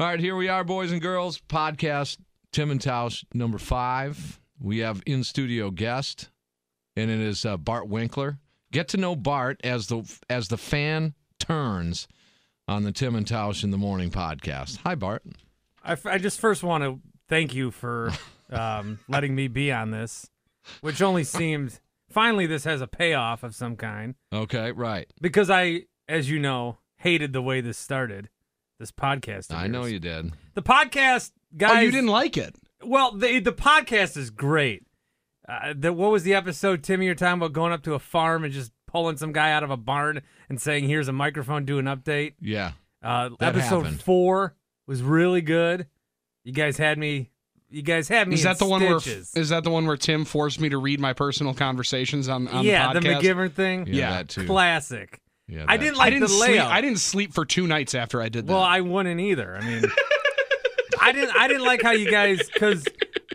All right, here we are, boys and girls. Podcast Tim and Tausch number five. We have in studio guest, and it is uh, Bart Winkler. Get to know Bart as the as the fan turns on the Tim and Tausch in the Morning podcast. Hi, Bart. I, f- I just first want to thank you for um, letting me be on this, which only seemed finally this has a payoff of some kind Okay, right. because I, as you know, hated the way this started. This podcast. of I know yours. you did. The podcast guys. Oh, you didn't like it. Well, the the podcast is great. Uh, the, what was the episode, Timmy? You're talking about going up to a farm and just pulling some guy out of a barn and saying, "Here's a microphone, do an update." Yeah. Uh, That episode happened. four was really good. You guys had me. You guys had me. Is in that the one where stitches. is that the one where Tim forced me to read my personal conversations on, on yeah, the the, podcast? McGivern thing. Yeah, Yeah, that too. classic. Yeah, I that didn't too. like I didn't the sleep. layout. I didn't sleep for two nights after I did that. Well, I wouldn't either. I mean, I didn't. I didn't like how you guys because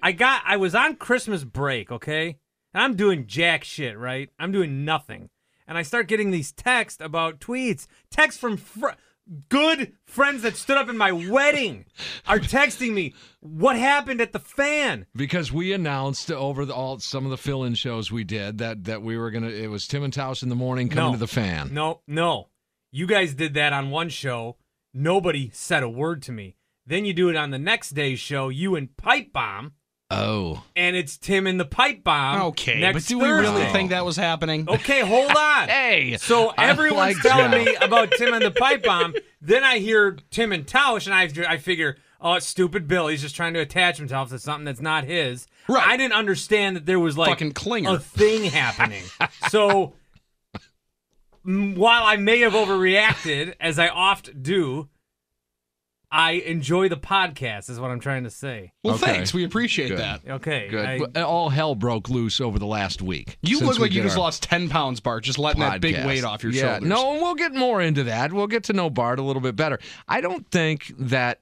I got. I was on Christmas break, okay, and I'm doing jack shit, right? I'm doing nothing, and I start getting these texts about tweets, texts from fr- good friends that stood up in my wedding, are texting me what happened at the fan. because we announced over the, all some of the fill-in shows we did that that we were gonna. It was Tim and Tausch in the morning coming No. to the fan. No, no. You guys did that on one show. Nobody said a word to me. Then you do it on the next day's show, you and Pipe Bomb, Oh, and it's Tim and the Pipe Bomb. okay, next but do we really Thursday. think that was happening? Okay, hold on. Hey, So I everyone's like telling that. me about Tim and the Pipe Bomb. Then I hear Tim and Tausch, and I, I figure, oh, it's stupid Bill. He's just trying to attach himself to something that's not his. Right. I didn't understand that there was like Fucking clinger. a thing happening. so m- while I may have overreacted, as I oft do, I enjoy the podcast, is what I'm trying to say. well, Okay. thanks. We appreciate Good. that. Okay. good. I- But uh, all hell broke loose over the last week. You since look we like you did just our lost ten pounds, Bart. Just letting that big podcast. weight off your yeah. shoulders. No, and we'll get more into that. We'll get to know Bart a little bit better. I don't think that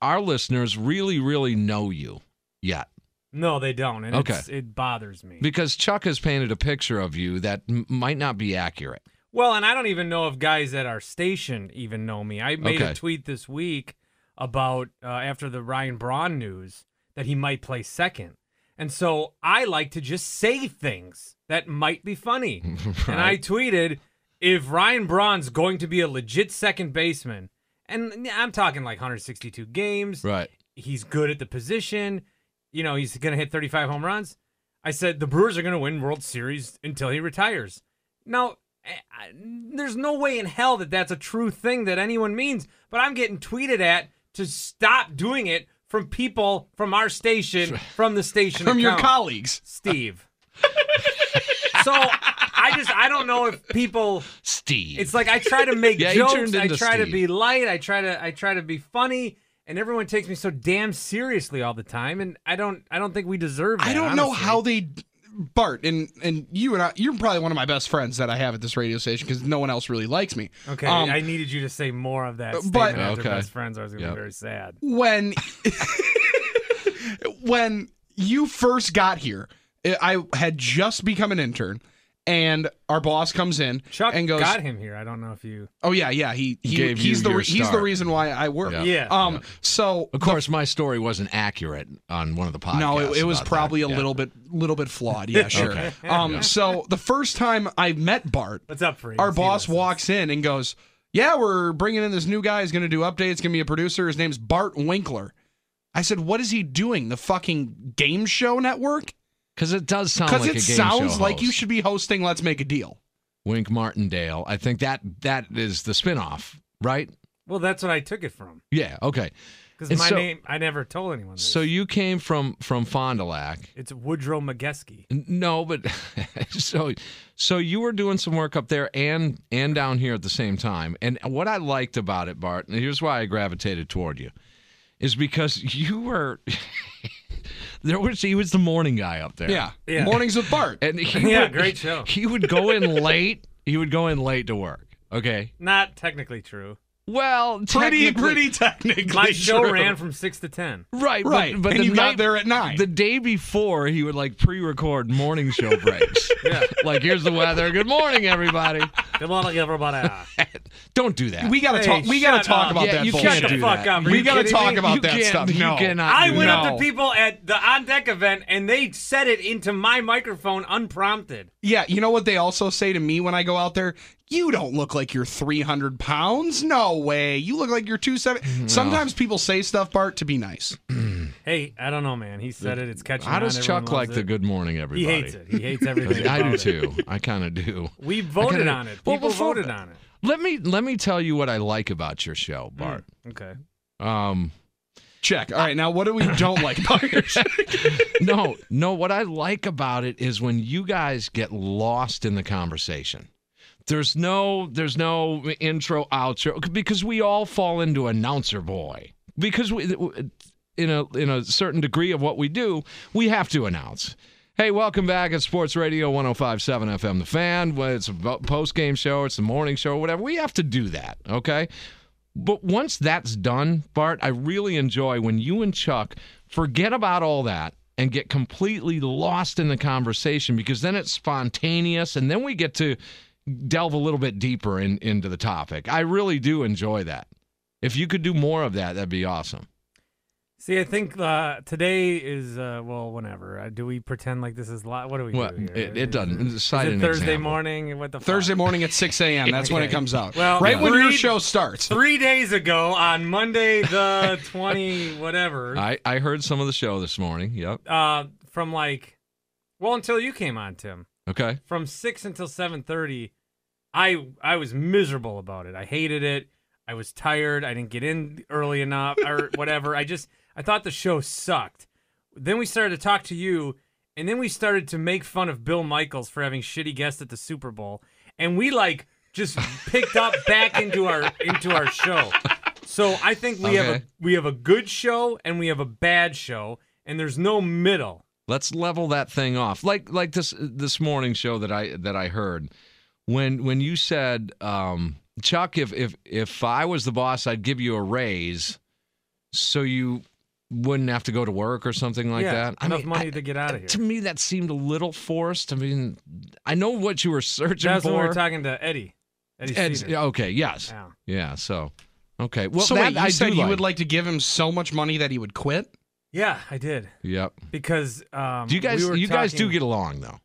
our listeners really, really know you yet no, they don't. And Okay. it's, it bothers me. because Chuck has painted a picture of you that m- might not be accurate. Well, and I don't even know if guys at our station even know me. I made Okay. a tweet this week about uh, after the Ryan Braun news that he might play second. And so I like to just say things that might be funny. And I tweeted if Ryan Braun's going to be a legit second baseman, and I'm talking like 162 games, Right. he's good at the position. You know, he's going to hit 35 home runs. I said the Brewers are going to win World Series until he retires. Now, I- I- there's no way in hell that that's a true thing that anyone means, but I'm getting tweeted at to stop doing it from people from our station, from the station from your account. colleagues. Steve. so I just I don't know if people Steve. it's like I try to make Yeah, he jokes. turned I into try to Steve. be light. I try to I try to be funny, and everyone takes me so damn seriously all the time. And I don't I don't think we deserve. That, I don't know honestly. how they. Bart and and you and I, you're probably one of my best friends that I have at this radio station because no one else really likes me. Okay, Um, I needed you to say more of that. but- Statement after Okay. best friends, I was gonna Yep. be very sad. when when you first got here, I I had just become an intern, and our boss comes in Chuck and goes, got him here. I don't know if you. "Oh yeah, yeah, he, he Gave he's you the your re- he's the start. reason why I work." Yeah. Yeah. Um. So of course, my story wasn't accurate on one of the podcasts. no, it, it was about that. probably a Yeah. little bit little bit flawed. Yeah, sure. Okay. Um. So the first time I met Bart, What's up, for our boss walks in and goes, "Yeah, we're bringing in this new guy. He's going to do updates. Going to be a producer. His name's Bart Winkler." I said, "What is he doing? The fucking game show network? Because it does sound Because like a it game sounds show like you host. should be hosting. Let's make a deal." Wink Martindale. I think that that is the spinoff, right? Well, that's what I took it from Yeah. Okay. because And my so- name I never told anyone. This. So you came from from Fond du Lac. it's Woodrow Mageski. N- No, but so so you were doing some work up there and and down here at the same time. And what I liked about it, Bart, and here's why I gravitated toward you, is because you were there was he was the morning guy up there. Yeah. Yeah. Mornings with Bart. And he Yeah, would- great show. He would go in late. He would go in late to work. Okay. Not technically true. Well, pretty, technically- pretty technically. My show true. ran from six to ten. Right, but- Right. But, and the you night, got there at nine. the day before, he would like pre-record morning show breaks. yeah, like here's the weather. Good morning, everybody. Come on, everybody. Shut Don't do that. we gotta Hey, talk. We gotta shut talk up. about Yeah, that you bullshit. can't the do fuck that. up. Are we you gotta kidding talk me? about You that can't- stuff. you no, cannot I do went that. up to people at the on deck event and they said it into my microphone unprompted. Yeah, you know what they also say to me when I go out there? You don't look like you're 300 pounds. No way. You look like you're 270. Mm-hmm. Sometimes people say stuff, Bart, to be nice. Hey, I don't know, man. He said it. It's catching How on. does Everyone Chuck loves like it. the good morning, everybody? He hates it. He hates everything. I about do too. it. I kind of do. We voted kinda- on it. Well, People before- voted on it. Let me let me tell you what I like about your show, Bart. Hmm, Okay. Um, Check. All right, now what do we don't like about your show? no, no. What I like about it is when you guys get lost in the conversation. There's no, there's no intro, outro, because we all fall into announcer boy. Because we, in a in a certain degree of what we do, we have to announce. Hey, welcome back at Sports Radio 105.7 FM, The Fan. Well, It's a post game show, it's a morning show, whatever. We have to do that, okay? But once that's done, Bart, I really enjoy when you and Chuck forget about all that and get completely lost in the conversation because then it's spontaneous and then we get to delve a little bit deeper in, into the topic. I really do enjoy that. If you could do more of that, that'd be awesome. See, I think uh, today is uh, well, whenever. Uh, do we pretend like this is live? What do we Well, do here? it, it doesn't. Is Cite it an Thursday example. morning? What the fuck? Thursday morning at 6 a.m. That's when it Okay. comes out. Well, right when your three- show starts. Three days ago on Monday the twenty whatever. I, I heard some of the show this morning. Yep. uh, from like, well, until you came on, Tim. Okay. From six until seven thirty, I I was miserable about it. I hated it. I was tired. I didn't get in early enough or whatever. I just I thought the show sucked. Then we started to talk to you, and then we started to make fun of Bill Michaels for having shitty guests at the Super Bowl, and we like just picked up back into our into our show. So I think we have a Okay. we have a good show and we have a bad show, and there's no middle. Let's level that thing off. Like like this this morning show that I that I heard when when you said um, Chuck, if if if I was the boss, I'd give you a raise, so you wouldn't have to go to work or something like yeah, that. I enough mean, money I- to get out of here. to me, that seemed a little forced. I mean, I know what you were searching That's for. when we were talking to Eddie. Eddie Ed's- Steeder. yeah, okay. Yes. Yeah. Yeah. So. Okay. Well, so that wait, you I said do you would like to give him so much money that he would quit? Yeah, I did Yep. because um, Do you guys? we were you guys do talking- get along though.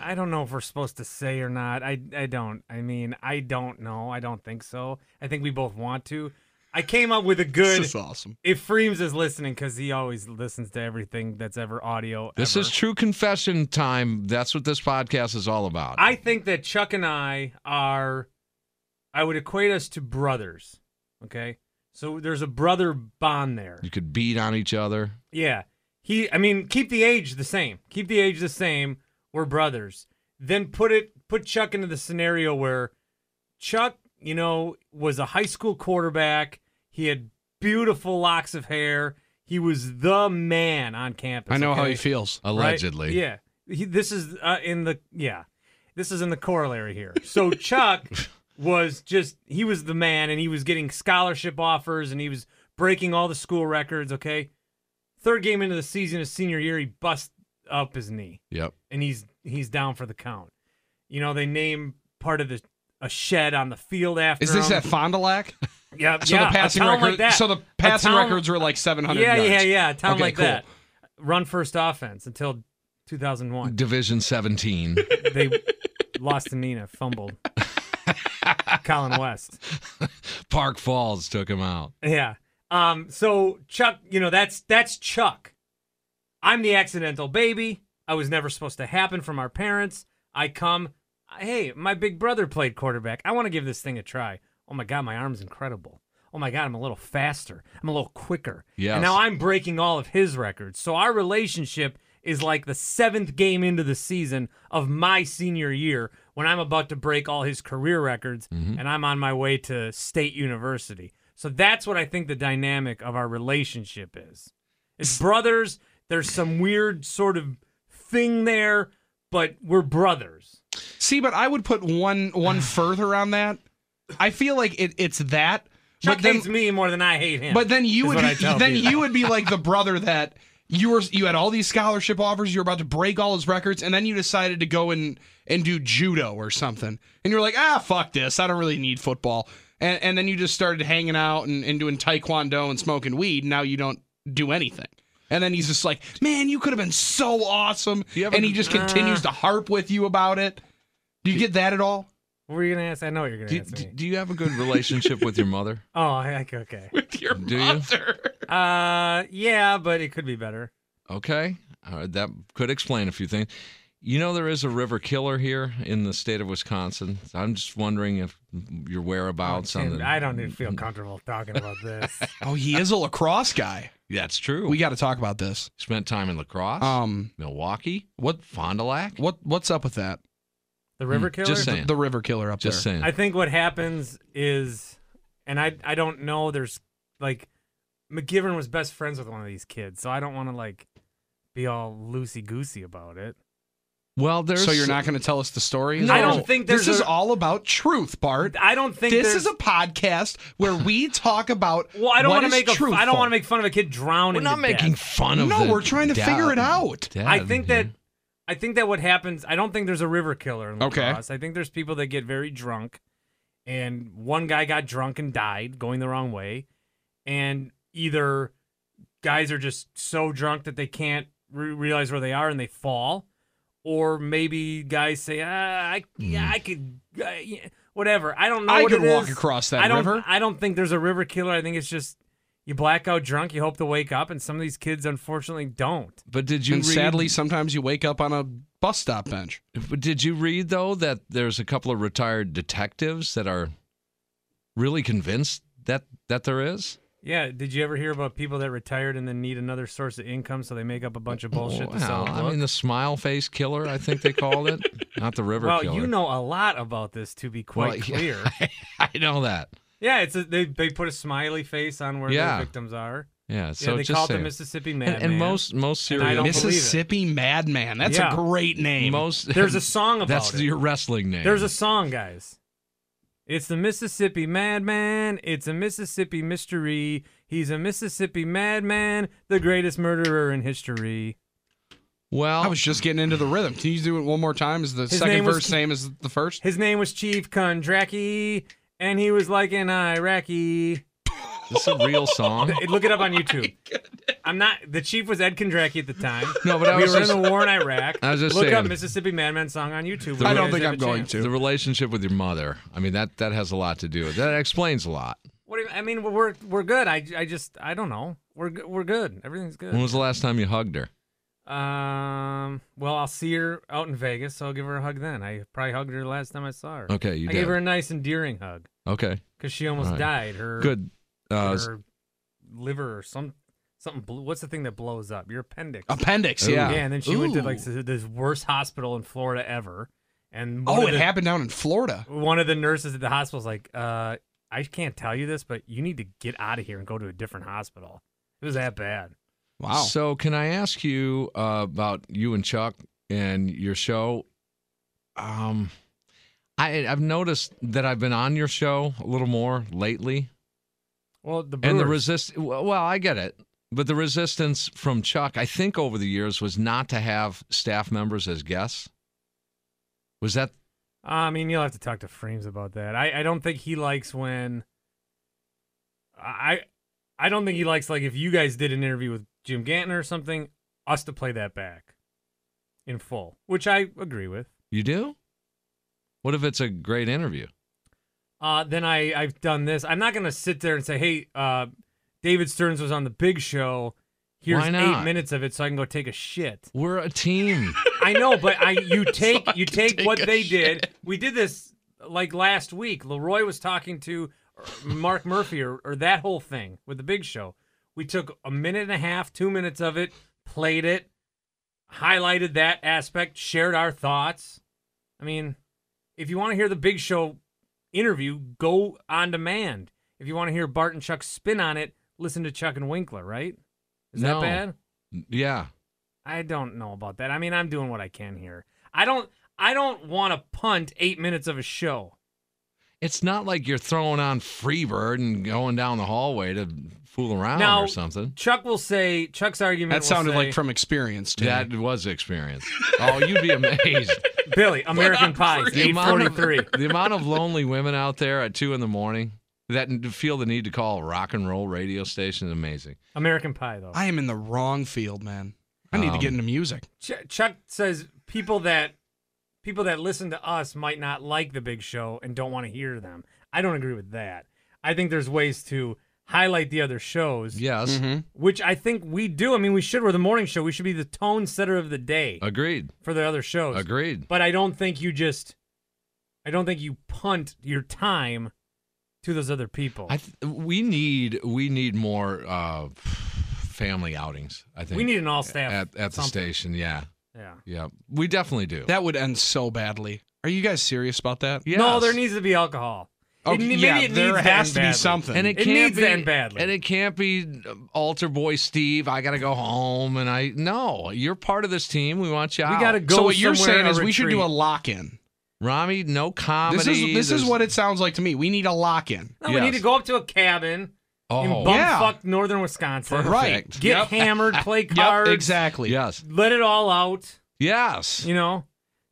I don't know if we're supposed to say or not. I I don't. I mean, I don't know. I don't think so. I think we both want to. I came up with a good. This is awesome. If Freems is listening, because he always listens to everything that's ever audio. This ever. is true confession time. That's what this podcast is all about. I think that Chuck and I are. I would equate us to brothers. Okay, so there's a brother bond there. you could beat on each other. Yeah. He I mean, keep the age the same. Keep the age the same. We're brothers. Then put it put Chuck into the scenario where Chuck, you know, was a high school quarterback. He had beautiful locks of hair. He was the man on campus. I know how okay? he feels. Right? Allegedly. Yeah. He, this is uh, in the yeah. This is in the corollary here. So Chuck was just he was the man and he was getting scholarship offers and he was breaking all the school records, okay? Third game into the season his senior year, he busts up his knee Yep. and he's he's down for the count. You know, they name part of the a shed on the field after Is this him. at Fond du Lac? yeah, So Um, yeah, the a passing town like records. that. So the A passing town- records were like 700 Yeah, yards. yeah, yeah, a town Okay, like cool. that. Run first offense until 2001. Division 17. they lost to Nina, fumbled. Colin West. Park Falls took him out. Yeah. Um, so Chuck, you know, that's that's Chuck. I'm the accidental baby. I was never supposed to happen from our parents. I come, hey, my big brother played quarterback. I want to give this thing a try. Oh my god, my arm's incredible. Oh my god, I'm a little faster. I'm a little quicker. Yes. And now I'm breaking all of his records. So our relationship is like the seventh game into the season of my senior year when I'm about to break all his career records and I'm on my way to state university. So that's what I think the dynamic of our relationship is. It's brothers. There's some weird sort of thing there, but we're brothers. See, but I would put one one further on that. I feel like it, it's that. Chuck but then, hates me more than I hate him. but then you is would what I be, tell then people. you would be like the brother that you were you had all these scholarship offers, you were about to break all his records, and then you decided to go and and do judo or something, and you're like, ah, fuck this, I don't really need football, and and then you just started hanging out and, and doing taekwondo and smoking weed. And now you don't do anything. And then he's just like, "Man, you could have been so awesome," You ever- and he just continues to harp with you about it. Do you get that at all? What were you gonna ask? I know what you're gonna Do, ask do- me. do you have a good relationship with your mother? oh, I- I- okay. with your Do you? mother. Uh, yeah, but it could be better. Okay, All right, that could explain a few things. You know there is a river killer here in the state of Wisconsin. I'm just wondering if your whereabouts on And the. Oh, Mm-hmm. I don't even Mm-hmm. feel comfortable talking about this. Oh, he is a lacrosse guy. That's true. We We got to talk about this. spent time in Lacrosse, Um, Milwaukee, what Fond du Lac. what what's up with that? The Mm, river Mm-hmm. killer. just saying. The river killer up Just there. saying. I think what happens is, and I I don't know. There's like, McGivern was best friends with one of these kids, so I don't want to like be all loosey goosey about it. well, there's So you're not going to tell us the story? I don't think this there's is a- all about truth, Bart. I don't think This there's- is a podcast where we talk about. Well, I don't what want to is make a, I truthful. don't want to make fun of a kid drowning. We're not to death. making fun of. No, the we're trying to dad- figure it out. dad I think here. that I think that what happens. I don't think there's a river killer in Okay. lacrosse. I think there's people that get very drunk, and one guy got drunk and died going the wrong way, and either guys are just so drunk that they can't re- realize where they are and they fall, or maybe guys say, ah, "I, yeah, I could, uh, yeah," whatever." I don't know. Hmm. I what could it walk is. across that I don't, river. I don't think there's a river killer. I think it's just. You black out drunk, you hope to wake up, and some of these kids unfortunately don't. But did you And read, sadly, sometimes you wake up on a bus stop bench. But did you read though that there's a couple of retired detectives that are really convinced that that there is? Yeah, did you ever hear about people that retired and then need another source of income so they make up a bunch of bullshit to sell? Well, I mean the smile face killer, I think they called it, not the river well, killer. you know a lot about this to be Well, quite yeah, clear. I know that. yeah, it's a, they they put a smiley face on where Yeah. the victims are. Yeah, Yeah, so they just call it the saying. Mississippi Madman. and, and most most And I serial don't believe it. Mississippi Madman. That's Yeah. a great name. most There's a song about that's it. your wrestling name. There's a song, guys. It's the Mississippi Madman. It's a Mississippi mystery. He's a Mississippi Madman, the greatest murderer in history. well. I was just getting into the rhythm. Can you do it one more time? Is the His second name was verse Ke- same as the first? His name was Chief Kondracki, and he was like an Iraqi. this is a real song. Hey, Look it up on YouTube. I'm not. The chief was Ed Kondracki at the time. No, but I we was were just- in the war in Iraq. I was just Look up saying. Mississippi Madman song on YouTube. I when you don't guys think have I'm a going chance. to. The relationship with your mother. I mean that that has a lot to do. with That explains a lot. What do you, I mean, we're we're good. I, I just I don't know. We're g- we're good. Everything's When good. was the last time you hugged her? Um. Well, I'll see her out in Vegas, so I'll give her a hug then. I probably hugged her last time I saw her. Okay, you I did. gave her a nice endearing hug Okay, because she almost All right. died. Her good. Uh, s- Her liver or some something. Blew, what's the thing that blows up? Your appendix. Appendix, Ooh. yeah. Yeah, and then she went to like Ooh. this, this worst hospital in Florida ever. And one Oh, of it the, happened down in Florida. One of the nurses at the hospital's like, uh, "I can't tell you this, but you need to get out of here and go to a different hospital." It was that bad. Wow. So, can I ask you uh, about you and Chuck and your show? Um, I I've noticed that I've been on your show a little more lately, Well, the and the Brewers- resist. Well, well, I get it, but the resistance from Chuck, I think, over the years was not to have staff members as guests. Was that I mean, you'll have to talk to Frames about that. I, I don't think he likes when. I, I don't think he likes like if you guys did an interview with Jim Gantner or something, us to play that back, in full, which I agree with. you do? What if it's a great interview? uh, then I, I've done this. I'm not going to sit there and say, hey, uh, David Stearns was on the big show. Here's Why not? eight minutes of it so I can go take a shit. We're a team. I know, but I you take I you can take, take what a they did. We did this like last week. Leroy was talking to uh, Mark Murphy or, or that whole thing with the big show. We took a minute and a half, two minutes of it, played it, highlighted that aspect, shared our thoughts. I mean, if you want to hear the big show interview, go on demand. If you want to hear Bart and Chuck's spin on it, listen to Chuck and Winkler, right? Is No. that bad? Yeah. I don't know about that. I mean, I'm doing what I can here. I don't I don't want to punt 8 minutes of a show. It's not like you're throwing on Freebird and going down the hallway to fool around Now- or something. Chuck will say Chuck's argument That will sounded say- like from experience, too. That was experience. Oh, you'd be amazed. Billy, American Pie, The amount, of, 843. the amount of lonely women out there at two in the morning that n- feel the need to call a rock and roll radio station is amazing. American Pie though. I am in the wrong field, man. I need to Um, get into music. Ch- Chuck says people that people that listen to us might not like the big show and don't want to hear them. I don't agree with that. I think there's ways to highlight the other shows, Yes, which I think we do. I mean, we should. We're the morning show. We should be the tone setter of the day agreed, for the other shows. agreed. But I don't think you just, I don't think you punt your time to those other people. I th- we need we need more uh, family outings. I think we need an all staff at, at the station. Yeah, Yeah. yeah, we definitely do. That would end so badly. Are you guys serious about that? Yes. No, there needs to be alcohol. It Okay, ne- maybe Oh, yeah, it there needs has end to be badly. something. And it, It can't needs be, to end badly. And it can't be uh, altar boy Steve. I got to go home. And I no, you're part of this team. We want you out. We got to go. Oh. so what you're somewhere saying or is we should do a retreat. lock-in. Rami. No comedy. This is this is There's- what it sounds like to me. We need a lock-in. No, we need to Yes. go up to a cabin in Oh, Yeah. bumfuck northern Wisconsin. Perfect. Right. Get Yep. hammered, play Yep, cards, exactly. yes, let it all out. yes. You know,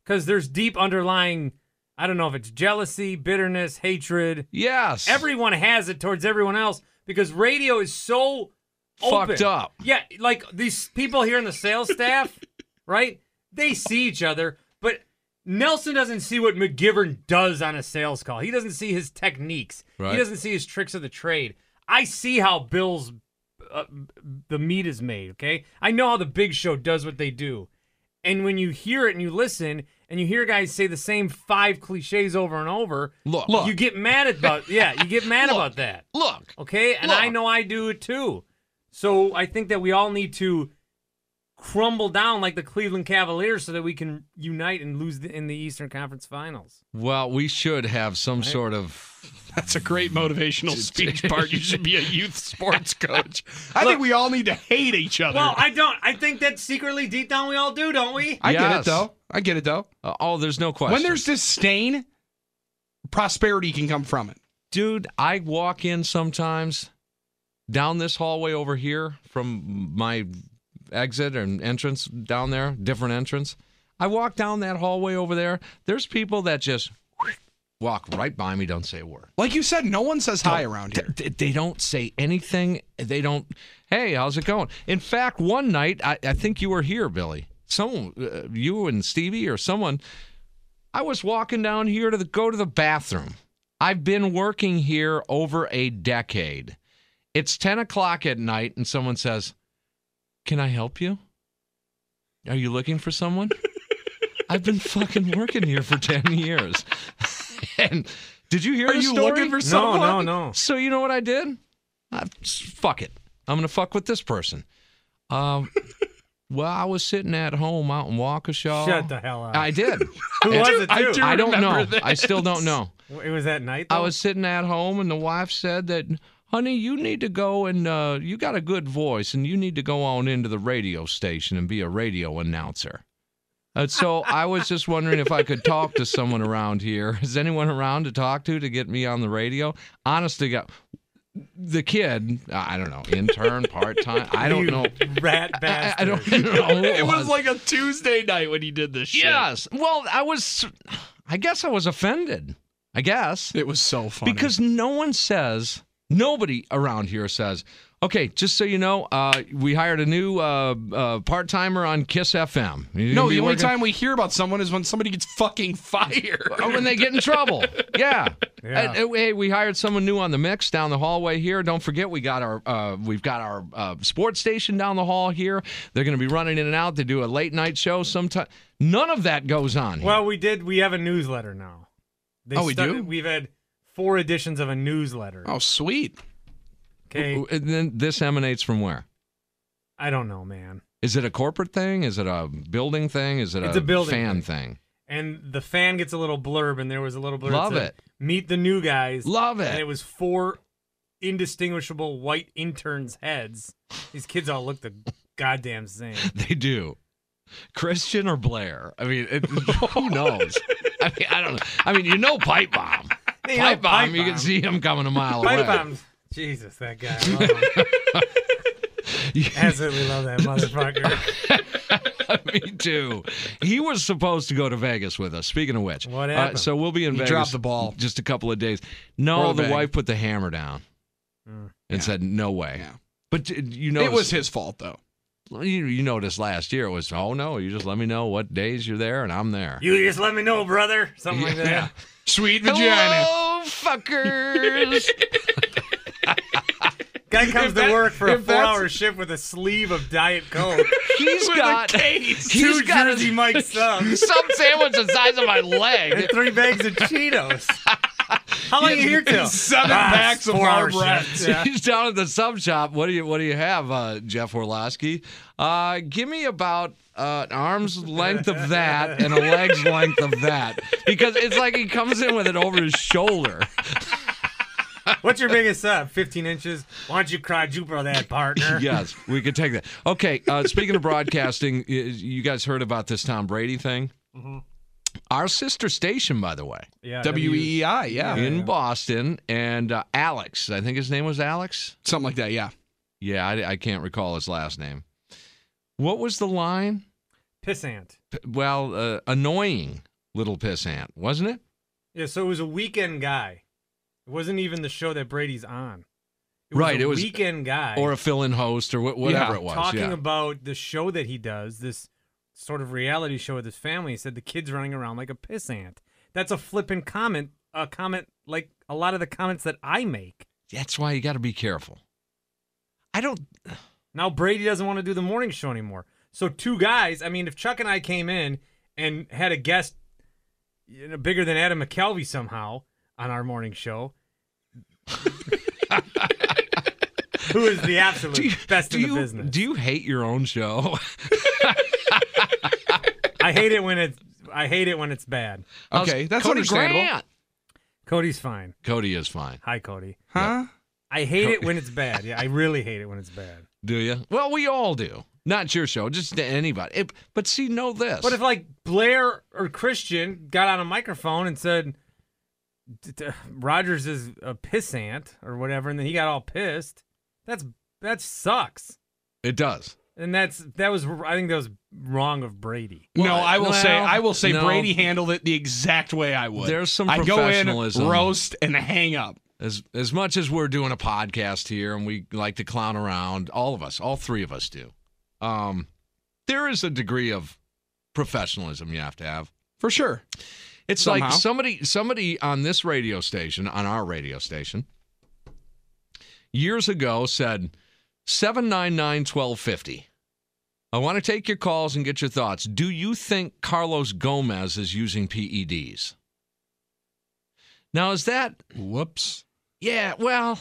because there's deep underlying. I don't know if it's jealousy, bitterness, hatred. Yes. Everyone has it towards everyone else because radio is so open. Fucked up. Yeah, like these people here in the sales staff, right? They see each other, but Nelson doesn't see what McGivern does on a sales call. He doesn't see his techniques. Right. He doesn't see his tricks of the trade. I see how Bill's uh, the meat is made. Okay, I know how the Big Show does what they do, and when you hear it and you listen and you hear guys say the same five cliches over and over, Look. you get mad about yeah, you get mad about that. Look. Okay, and I Look. know I do it too. So I think that we all need to crumble down like the Cleveland Cavaliers so that we can unite and lose the, in the Eastern Conference Finals. Well, we should have some sort of. That's a great motivational speech, Bart. You should be a youth sports coach. I think we all need to hate each other. Well, I don't. I think that secretly, deep down, we all do, don't we? I get Yes. it though. I get it though. Uh, oh, there's no question. When there's disdain, prosperity can come from it. dude, I walk in sometimes down this hallway over here from my exit and entrance down there, different entrance. I walk down that hallway over there. There's people that just walk right by me, don't say a word. Like you said, no one says hi around here. Th- They don't say anything. They don't. Hey, how's it going? In fact, one night I, I think you were here, Billy. Someone, uh, you and Stevie or someone. I was walking down here to the, go to the bathroom. I've been working here over a decade. It's ten o'clock at night, and someone says, "Can I help you? Are you looking for someone?" I've been fucking working here for ten years. and did you hear? Are the you story? looking for No, someone? no, no. So you know what I did? I, fuck it. I'm gonna fuck with this person. Um, well, I was sitting at home out in Waukesha. Shut the hell up. I did. Who I was do- it? I Dude. do I don't know. remember I still don't know. it was that night. I though? was sitting at home, and the wife said that, honey, you need to go and uh, you got a good voice, and you need to go on into the radio station and be a radio announcer. And so I was just wondering if I could talk to someone around here. Is anyone around to talk to to get me on the radio? Honest to God, the kid, I don't know, intern, part time, I don't You know. Rat I, bastard. I don't know. who It was like a Tuesday night when he did this shit. yes. Well, I was, I guess I was offended. I guess. It was so funny. Because no one says, nobody around here says, okay, just so you know, uh, we hired a new uh, uh, part timer on Kiss FM. You're no, gonna be the only working- time we hear about someone is when somebody gets fucking fired. Oh, when they get in trouble. Yeah. Yeah. And, uh, hey, we hired someone new on the mix down the hallway here. Don't forget, we got our uh, we've got our uh, sports station down the hall here. They're going to be running in and out. They do a late night show sometime. None of that goes on. here. Well, we did. We have a newsletter now. They Oh, we start- do? We've had four editions of a newsletter. Oh, sweet. Okay, And then this emanates from where? I don't know, man. Is it a corporate thing? Is it a building thing? Is it It's a building fan thing. thing? and the fan gets a little blurb, and there was a little blurb. that Love said, it. Meet the new guys. Love And it. it was four indistinguishable white interns' heads. These kids all look the goddamn same. They do. Christian or Blair? I mean, it, who knows? I mean, I don't know. I mean, you know, pipe bomb. They pipe know bomb. pipe you can bomb. see him coming a mile away. Pipe bombs. Jesus, that guy. I love him. Absolutely love that motherfucker. Me too. He was supposed to go to Vegas with us. Speaking of which, What Uh, happened? so we'll be in He Vegas. dropped the ball. Just a couple of days. Or No, the the bag. wife put the hammer down and said, "No way." Yeah. But d- you know, It was his fault though. You, you noticed last year it was, "Oh no, you just let me know what days you're there, and I'm there." You just let me know, brother. Something like that. Yeah. Sweet vagina. Hello, fuckers. Guy comes to that- work for a if that's- four-hour shift with a sleeve of Diet Coke, He's got he's two got a- Jersey Mike subs, some sandwich the size of my and leg. three bags of Cheetos. How long are you here till? Seven Ah, packs of four-hour hard breads. shift, yeah. He's down at the sub shop. What do you What do you have, uh, Jeff Orlowski? Uh, give me about uh, an arm's length of that and a leg's length of that, because it's like he comes in with it over his shoulder. What's your biggest sub? 15 inches? Why don't you quadruple that, partner? Yes, we could take that. Okay. Uh, speaking of broadcasting, y- you guys heard about this Tom Brady thing? Mm-hmm. Our sister station, by the way. Yeah, W E E I, yeah. in Boston, and uh, Alex, I think his name was Alex. Something like that, yeah. Yeah, I, I can't recall his last name. What was the line? Pissant. P- well, uh, annoying little pissant, wasn't it? Yeah, so it was a weekend guy. It wasn't even the show that Brady's on. Right, a it was- weekend guy. Or a fill-in host, or wh- whatever Yeah, it was. talking yeah. about the show that he does, this sort of reality show with his family. He said the kid's running around like a pissant. That's a flippin' comment, a comment like a lot of the comments that I make. That's why you got to be careful. I don't. Now Brady doesn't want to do the morning show anymore. So two guys, I mean, if Chuck and I came in and had a guest you know, bigger than Adam McKelvey somehow on our morning show, who is the absolute best do in the you, business. Do you hate your own show? I hate it when it's I hate it when it's bad. Okay, that's Cody understandable. Grant. Cody's fine. Cody is fine. Hi, Cody. Huh? I hate it when it's bad. Yeah, I really hate it when it's bad. Do you? Well, we all do. Not your show, just anybody. It- but see, know this. But if like Blair or Christian got on a microphone and said "D- d- Rogers is a pissant or whatever, and then he got all pissed, that's that sucks. it does. And that's that was I think that was wrong of Brady. No, I will say well, I will say no. Brady handled it the exact way I would. There's some I go in, professionalism. roast, and hang up. As as much as we're doing a podcast here and we like to clown around, all of us, all three of us do. Um, there is a degree of professionalism you have to have. For sure. It's Somehow. like somebody somebody on this radio station, on our radio station, years ago said 799-1250. I want to take your calls and get your thoughts. Do you think Carlos Gomez is using PEDs? Now is that Whoops. yeah, well,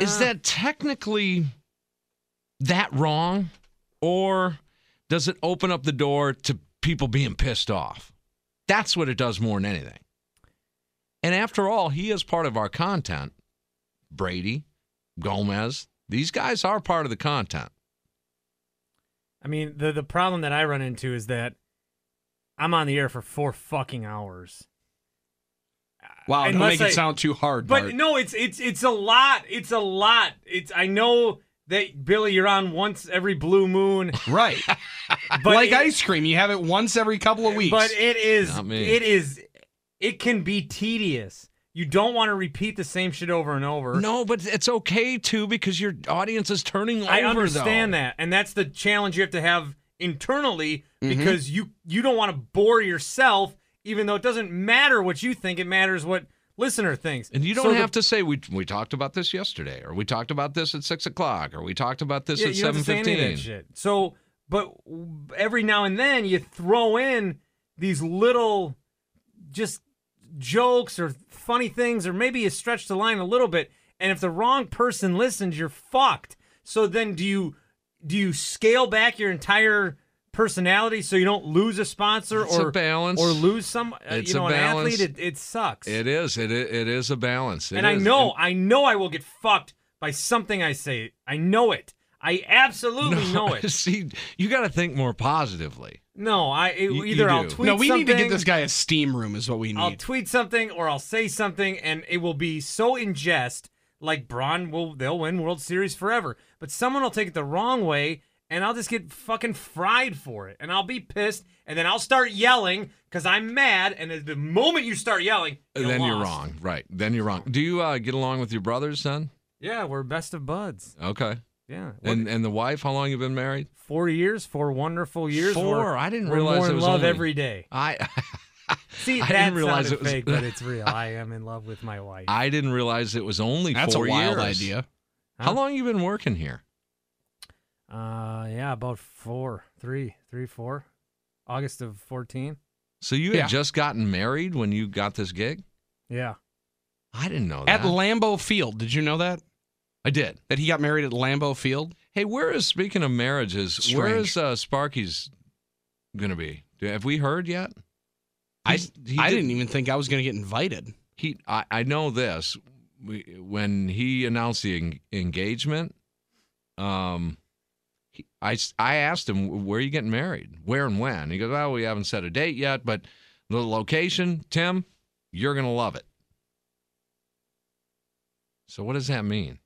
is that technically that wrong or does it open up the door to people being pissed off that's what it does more than anything and after all he is part of our content brady gomez these guys are part of the content I mean the the problem that I run into is that I'm on the air for four fucking hours. Wow, don't Unless make I- it sound too hard, But Bart. no, it's it's it's a lot. It's a lot. It's I know that Billy, you're on once every blue moon. Right. But like it- ice cream, you have it once every couple of weeks. But it is Not me. it is it can be tedious. You don't want to repeat the same shit over and over. no but it's okay too because your audience is turning over I understand though. that. And that's the challenge you have to have internally Mm-hmm. because you you don't want to bore yourself even though it doesn't matter what you think, it matters what listener thinks. and you don't So the- have to say we we talked about this yesterday, or we talked about this at six o'clock, or we talked about this Yeah, at you don't seven have to say any of fifteen. that shit. So, but w- every now and then you throw in these little just jokes or funny things, or maybe you stretch the line a little bit. And if the wrong person listens, you're fucked. So then, do you do you scale back your entire personality so you don't lose a sponsor It's a or balance. or lose some. uh, It's you a know, balance. an athlete. It, it sucks. It is. It i- it is a balance. It and I is. know, I know, I will get fucked by something I say. I know it. I absolutely know it. See, you got to think more positively. No, I it- You- either you I'll do. tweet. no, we need to something, get this guy a steam room, is what we need. I'll tweet something or I'll say something, and it will be so in jest. Like Braun will, they'll win World Series forever. But someone will take it the wrong way, and I'll just get fucking fried for it, and I'll be pissed, and then I'll start yelling because I'm mad. And at the moment you start yelling, you then you're lost. wrong. Right. Then you're wrong. Do you uh, get along with your brothers then? Yeah, we're best of buds. Okay. Yeah, And and the wife, how long you been married? four years, four wonderful years. 4 We're- I didn't we're realize more it in was love only- every day. I See, I that didn't realize sounded it was- fake, but it's real. I am in love with my wife. I didn't realize it was only That's a four wild years. idea. How long you been working here? Uh, yeah, about four, three, three, four. August of fourteen. So you Yeah. had just gotten married when you got this gig? Yeah. I didn't know that. At Lambeau Field, did you know that? I did. That he got married at Lambeau Field? Hey, where is speaking of marriages? Where Strange. is uh, Sparky's going to be? Do- Have we heard yet? I, He's- he I did- didn't even think I was going to get invited. He, I, I know this. We, when he announced the en- engagement, um, he, I, s- I asked him where are you getting married, where and when. He goes, well, we haven't set a date yet, but the location, Tim, you're gonna love it. So what does that mean?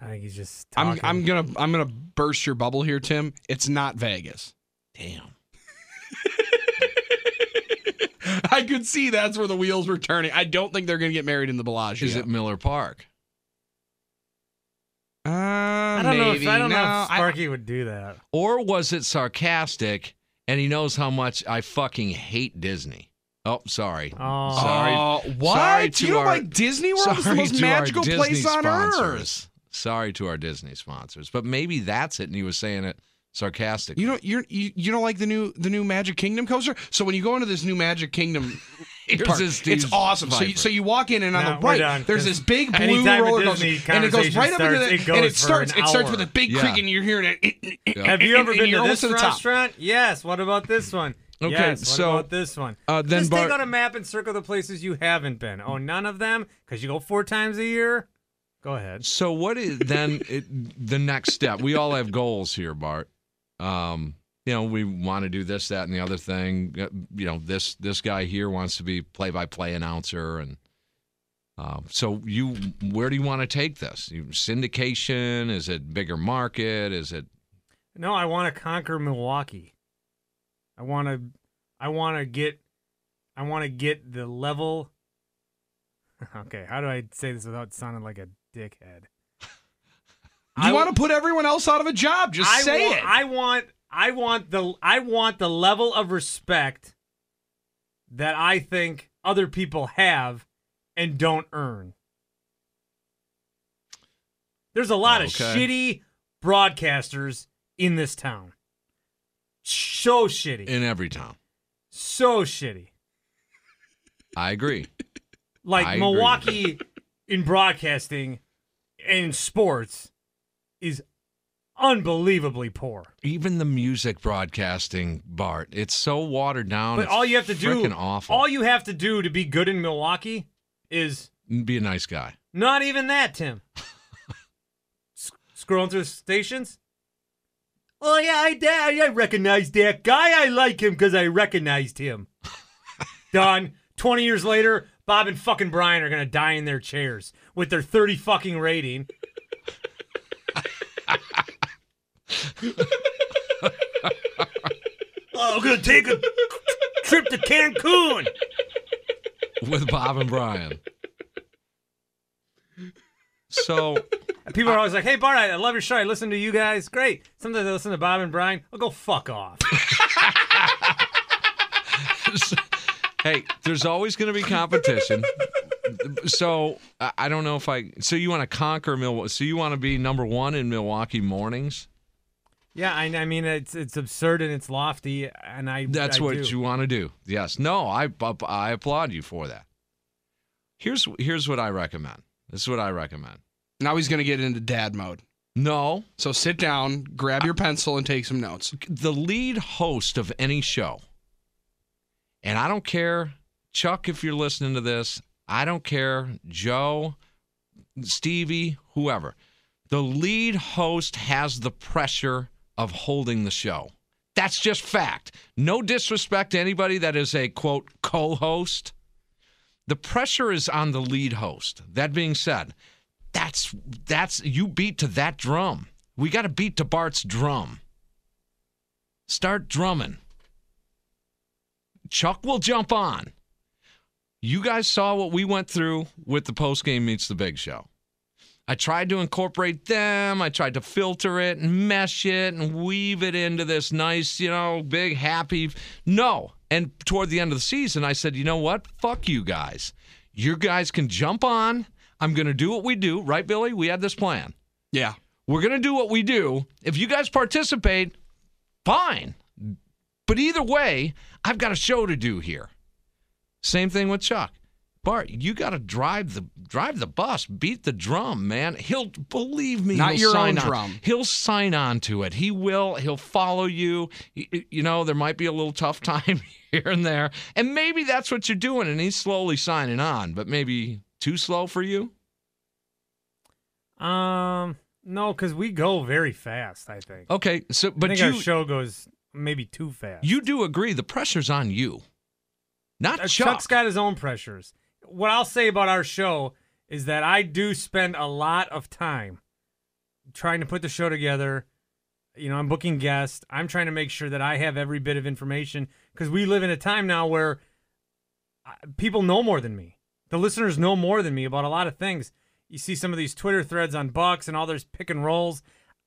I think he's just. I'm Talking. I'm gonna I'm gonna burst your bubble here, Tim. It's not Vegas. Damn. I could see that's where the wheels were turning. I don't think they're gonna get married in the Bellagio. Is it Miller Park? Uh, I don't know. If, maybe. I don't No, know if Sparky would do that. Or was it sarcastic and he knows how much I fucking hate Disney? Oh, sorry. Oh. Sorry. Uh, what? Sorry to you don't our- like Disney World? It's the Sorry most to our magical Disney place on earth. sponsors. Sorry to our Disney sponsors, but maybe that's it. And he was saying it sarcastically. You don't you're, you you don't like the new the new Magic Kingdom coaster. So when you go into this new Magic Kingdom. Here's park, this it's Steve's awesome. So you, Viper. so you walk in and on No, the we're right, done, there's 'cause this big blue anytime a roller Disney coaster, and it goes conversation right up into starts, the it and goes it for starts an it starts with a hour. big Yeah. creak and you're hearing it. Oh. Have you ever and been you're to almost this to the top. restaurant? Yes. What about this one? Okay, Yes, what so, about this one? uh, then just Bart- take out a map and circle the places you haven't been. Oh, none of them, because you go four times a year. Go ahead. So what is then it, the next step? We all have goals here, Bart. Um, you know, we want to do this, that, and the other thing. Uh, You know, this this guy here wants to be play-by-play announcer, and uh, so you, where do you want to take this? You, syndication? Is it bigger market? Is it No, I want to conquer Milwaukee. I want to I want to get I want to get the level Okay, how do I say this without sounding like a dickhead? You want to put everyone else out of a job? Just I say wa- it. I want I want the I want the level of respect that I think other people have and don't earn. There's a lot of Okay. shitty broadcasters in this town. So shitty. in every town? so shitty. I agree. Like I agree with Milwaukee in broadcasting and in sports is unbelievably poor. Even the music broadcasting, Bart, it's so watered down. But it's all you have to do, freaking awful. all you have to do to be good in Milwaukee is be a nice guy. not even that, Tim. S- scrolling through the stations. Oh yeah, I da- I recognize that guy. I like him because I recognized him. Done. Twenty years later, Bob and fucking Brian are gonna die in their chairs with their thirty fucking rating. oh, I'm gonna take a trip to Cancun. with Bob and Brian. So People are always like, "Hey Bart, I I love your show. I listen to you guys. Great. Sometimes I listen to Bob and Brian. I'll go fuck off." hey, there's always going to be competition. So I- I don't know if I. So you want to conquer Milwaukee? So you want to be number one in Milwaukee mornings? yeah, I, I mean it's it's absurd and it's lofty, and I That's I what do. you want to do. Yes. No. I I applaud you for that. Here's here's what I recommend. This is what I recommend. now he's going to get into dad mode. No, So sit down, grab your pencil, and take some notes. the lead host of any show, and I don't care, Chuck, if you're listening to this, I don't care, Joe, Stevie, whoever, the lead host has the pressure of holding the show. That's just fact. No disrespect to anybody that is a quote co host. The pressure is on the lead host. That being said, that's that's you beat to that drum. We got to beat to Bart's drum start drumming. Chuck will jump on. You guys saw what we went through with the post game meets the big show. I tried to incorporate them, I tried to filter it and mesh it and weave it into this nice, you know, big happy. No. And toward the end of the season, I said, you know what? Fuck you guys. You guys can jump on. I'm going to do what we do, right, Billy? We had this plan. Yeah. We're going to do what we do. If you guys participate, fine. But either way, I've got a show to do here. Same thing with Chuck. Bart, you got to drive the drive the bus, beat the drum, man. He'll believe me. Not he'll your sign own on. drum. He'll sign on to it. He will. He'll follow you. Y- You know, there might be a little tough time here and there, and maybe that's what you're doing. And he's slowly signing on, but maybe too slow for you. Um, no, because we go very fast. I think. Okay, so Oh, but I think you our show goes maybe too fast. You do agree the pressure's on you, not Uh, Chuck. Chuck's got his own pressures. What I'll say about our show is that I do spend a lot of time trying to put the show together. You know, I'm booking guests. I'm trying to make sure that I have every bit of information because we live in a time now where uh, people know more than me. The listeners know more than me about a lot of things. You see some of these Twitter threads on Bucks and all those pick and rolls.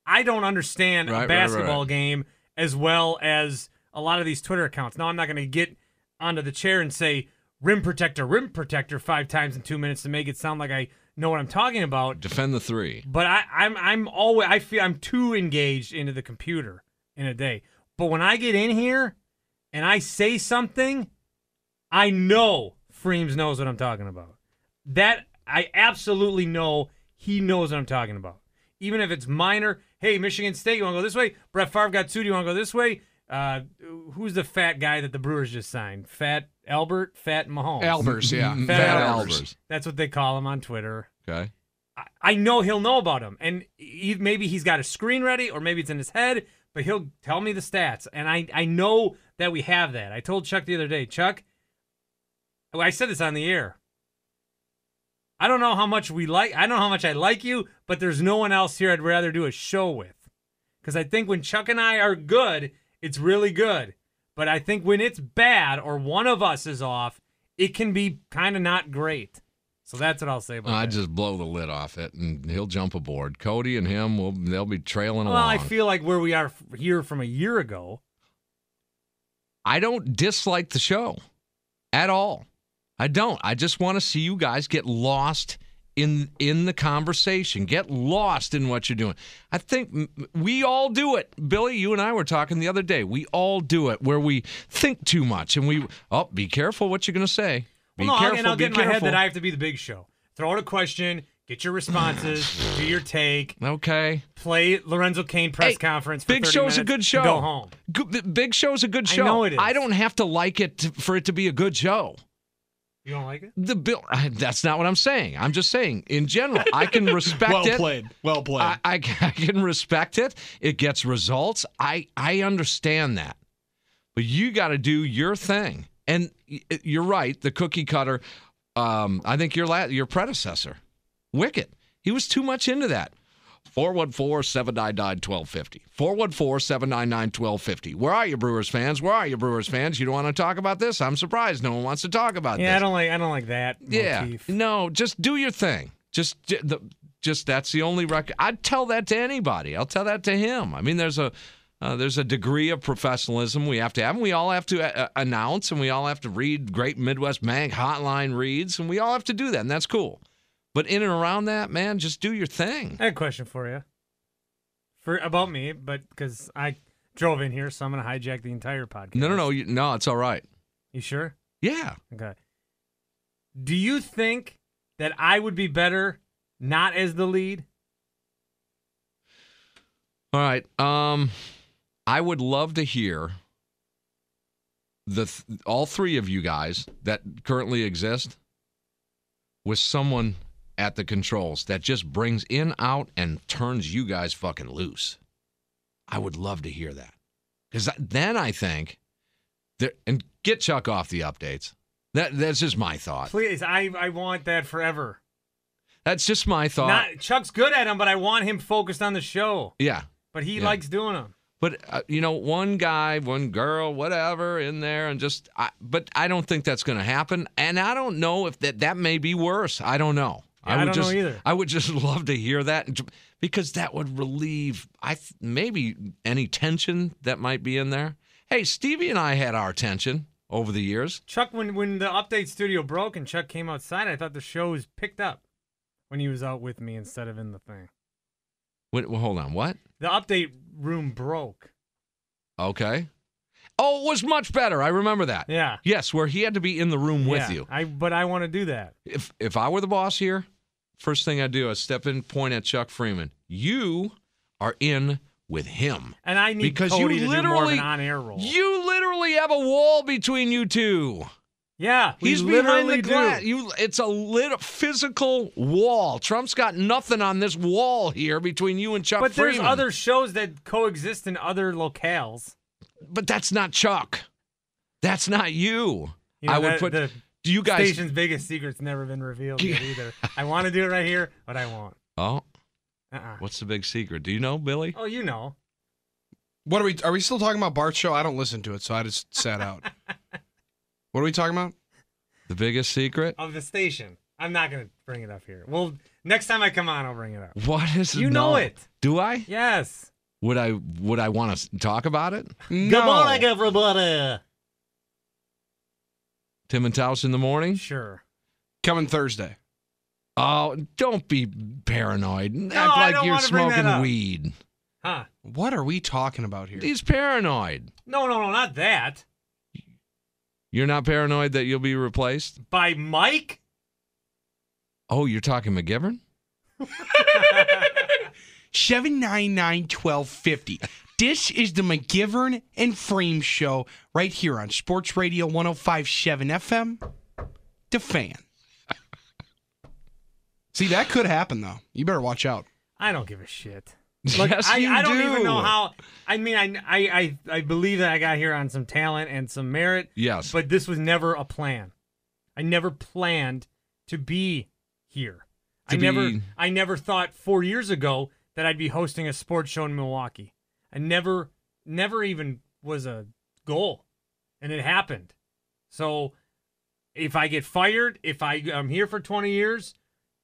I don't understand Right, right, a right, basketball right. game as well as a lot of these Twitter accounts. Now I'm not going to get onto the chair and say rim protector, rim protector five times in two minutes to make it sound like I know what I'm talking about. Defend the three. But I, I'm I'm always I feel I'm too engaged into the computer in a day. But when I get in here and I say something, I know Freems knows what I'm talking about. That I absolutely know he knows what I'm talking about. Even if it's minor, hey, Michigan State, you want to go this way? Brett Favre got sued, you want to go this way? Uh, who's the fat guy that the Brewers just signed? Fat Albert, Fat Mahomes. Albers, yeah. Mm, Fat Fat Albers. Albers. That's what they call him on Twitter. Okay. I- I know he'll know about him, and he, maybe he's got a screen ready, or maybe it's in his head. But he'll tell me the stats, and I I know that we have that. I told Chuck the other day, Chuck. well, I said this on the air. I don't know how much we like. I don't know how much I like you, but there's no one else here I'd rather do a show with, because I think when Chuck and I are good, it's really good. But I think when it's bad or one of us is off, it can be kind of not great. So that's what I'll say about I that. just blow the lid off it, and he'll jump aboard. Cody and him will they'll be trailing Well, along. I feel like where we are f- here from a year ago. I don't dislike the show at all. I don't. I just want to see you guys get lost in in the conversation. Get lost in what you're doing. I think m- we all do it. Billy, you and I were talking the other day. We all do it where we think too much and we oh, be careful what you're going to say. Be well, no, I'll- careful. and I'll be get in my head careful. that I have to be the big show. Throw out a question, get your responses, do your take, Okay. play Lorenzo Kane press Hey, conference. For Big 30 Show's a minutes, good and show. Go home. Go- B- Big Show's a good I show. know it is. I don't have to like it to, for it to be a good show. You don't like it? The bill. I, that's not what I'm saying. I'm just saying in general, I can respect Well it. played. Well played. I, I, I can respect it. It gets results. I I understand that, but you got to do your thing. And y- you're right. The cookie cutter. Um, I think your la- your predecessor, Wicket, he was too much into that. 414-799-1250. 414-799-1250. Where are you, Brewers fans? Where are you, Brewers fans? You don't want to talk about this? I'm surprised no one wants to talk about Yeah, I Uh, this. don't like. I don't like that. Yeah. motif. No, just do your thing. Just j- the just that's the only record. I'd tell that to anybody. I'll tell that to him. I mean, there's a uh, there's a degree of professionalism we have to have, and we all have to uh, announce, and we all have to read Great Midwest Mag Hotline reads, and we all have to do that, and that's cool. But in and around that, man, just do your thing. I had a question for you. For about me, but because I drove in here, so I'm gonna hijack the entire podcast. No, no, no, you, no, it's all right. You sure? Yeah, Okay. Do you think that I would be better not as the lead? All right. Um, I would love to hear the th- all three of you guys that currently exist with someone at the controls that just brings in out and turns you guys fucking loose. I would love to hear that because then I think that and get Chuck off the updates. That that's just my thought. Please, I, I want that forever. That's just my thought. Not Chuck's good at him, but I want him focused on the show. yeah. But he Yeah. likes doing them. but uh, you know one guy one girl whatever in there and just I, but i don't think that's going to happen and i don't know if that that may be worse i don't know Yeah, I would don't know just either. i would just love to hear that and ju- because that would relieve i th- maybe any tension that might be in there hey stevie and i had our tension over the years Chuck, when when the update studio broke and Chuck came outside, I thought the show was picked up when he was out with me instead of in the thing. Wait, well, hold on what The update room broke. okay oh it was much better i remember that Yeah. yes where he had to be in the room with Yeah, you I but I want to do that. if if I were the boss here, first thing I'd do is step in, point at Chuck Freeman. You are in with him And I need because Cody you to literally do more of an on-air role. You literally have a wall between you two. yeah, we He's behind literally the glass. do. You, it's a lit physical wall. Trump's got nothing on this wall here between you and Chuck But there's Freeman. other shows that coexist in other locales. but that's not Chuck. That's not you. You know, I would that- put. the do you guys? station's biggest secret's never been revealed yet either. I want to do it right here, but I won't. Oh, Uh-uh. what's the big secret? Do you know, Billy? Oh, you know. What are we? Are we still talking about Bart's show? I don't listen to it, so I just sat out. what are we talking about? The biggest secret? of the station. I'm not gonna bring it up here. Well, next time I come on, I'll bring it up. What is You no. know it. Do I? Yes. Would I would I want to talk about it? No. everybody. Tim and Taos in the morning. Sure. Coming Thursday. Oh, don't be paranoid. Act I like don't you're wanna bring that smoking up. weed. Huh? What are we talking about here? He's paranoid. No, no, no, not that. You're not paranoid that you'll be replaced. By Mike. Oh, you're talking McGivern. Seven nine nine twelve fifty. This is the McGivern and Frame show right here on Sports Radio 1057 FM. The fan. See, that could happen though. You better watch out. I don't give a shit. yes, I, you I don't do. even know how. I mean, I, I, I, I believe that I got here on some talent and some merit, Yes, but this was never a plan. I never planned to be here. To I never, be- I never thought four years ago that I'd be hosting a sports show in Milwaukee. I never, never even was a goal, and it happened. So, if I get fired, if I I'm here for 20 years,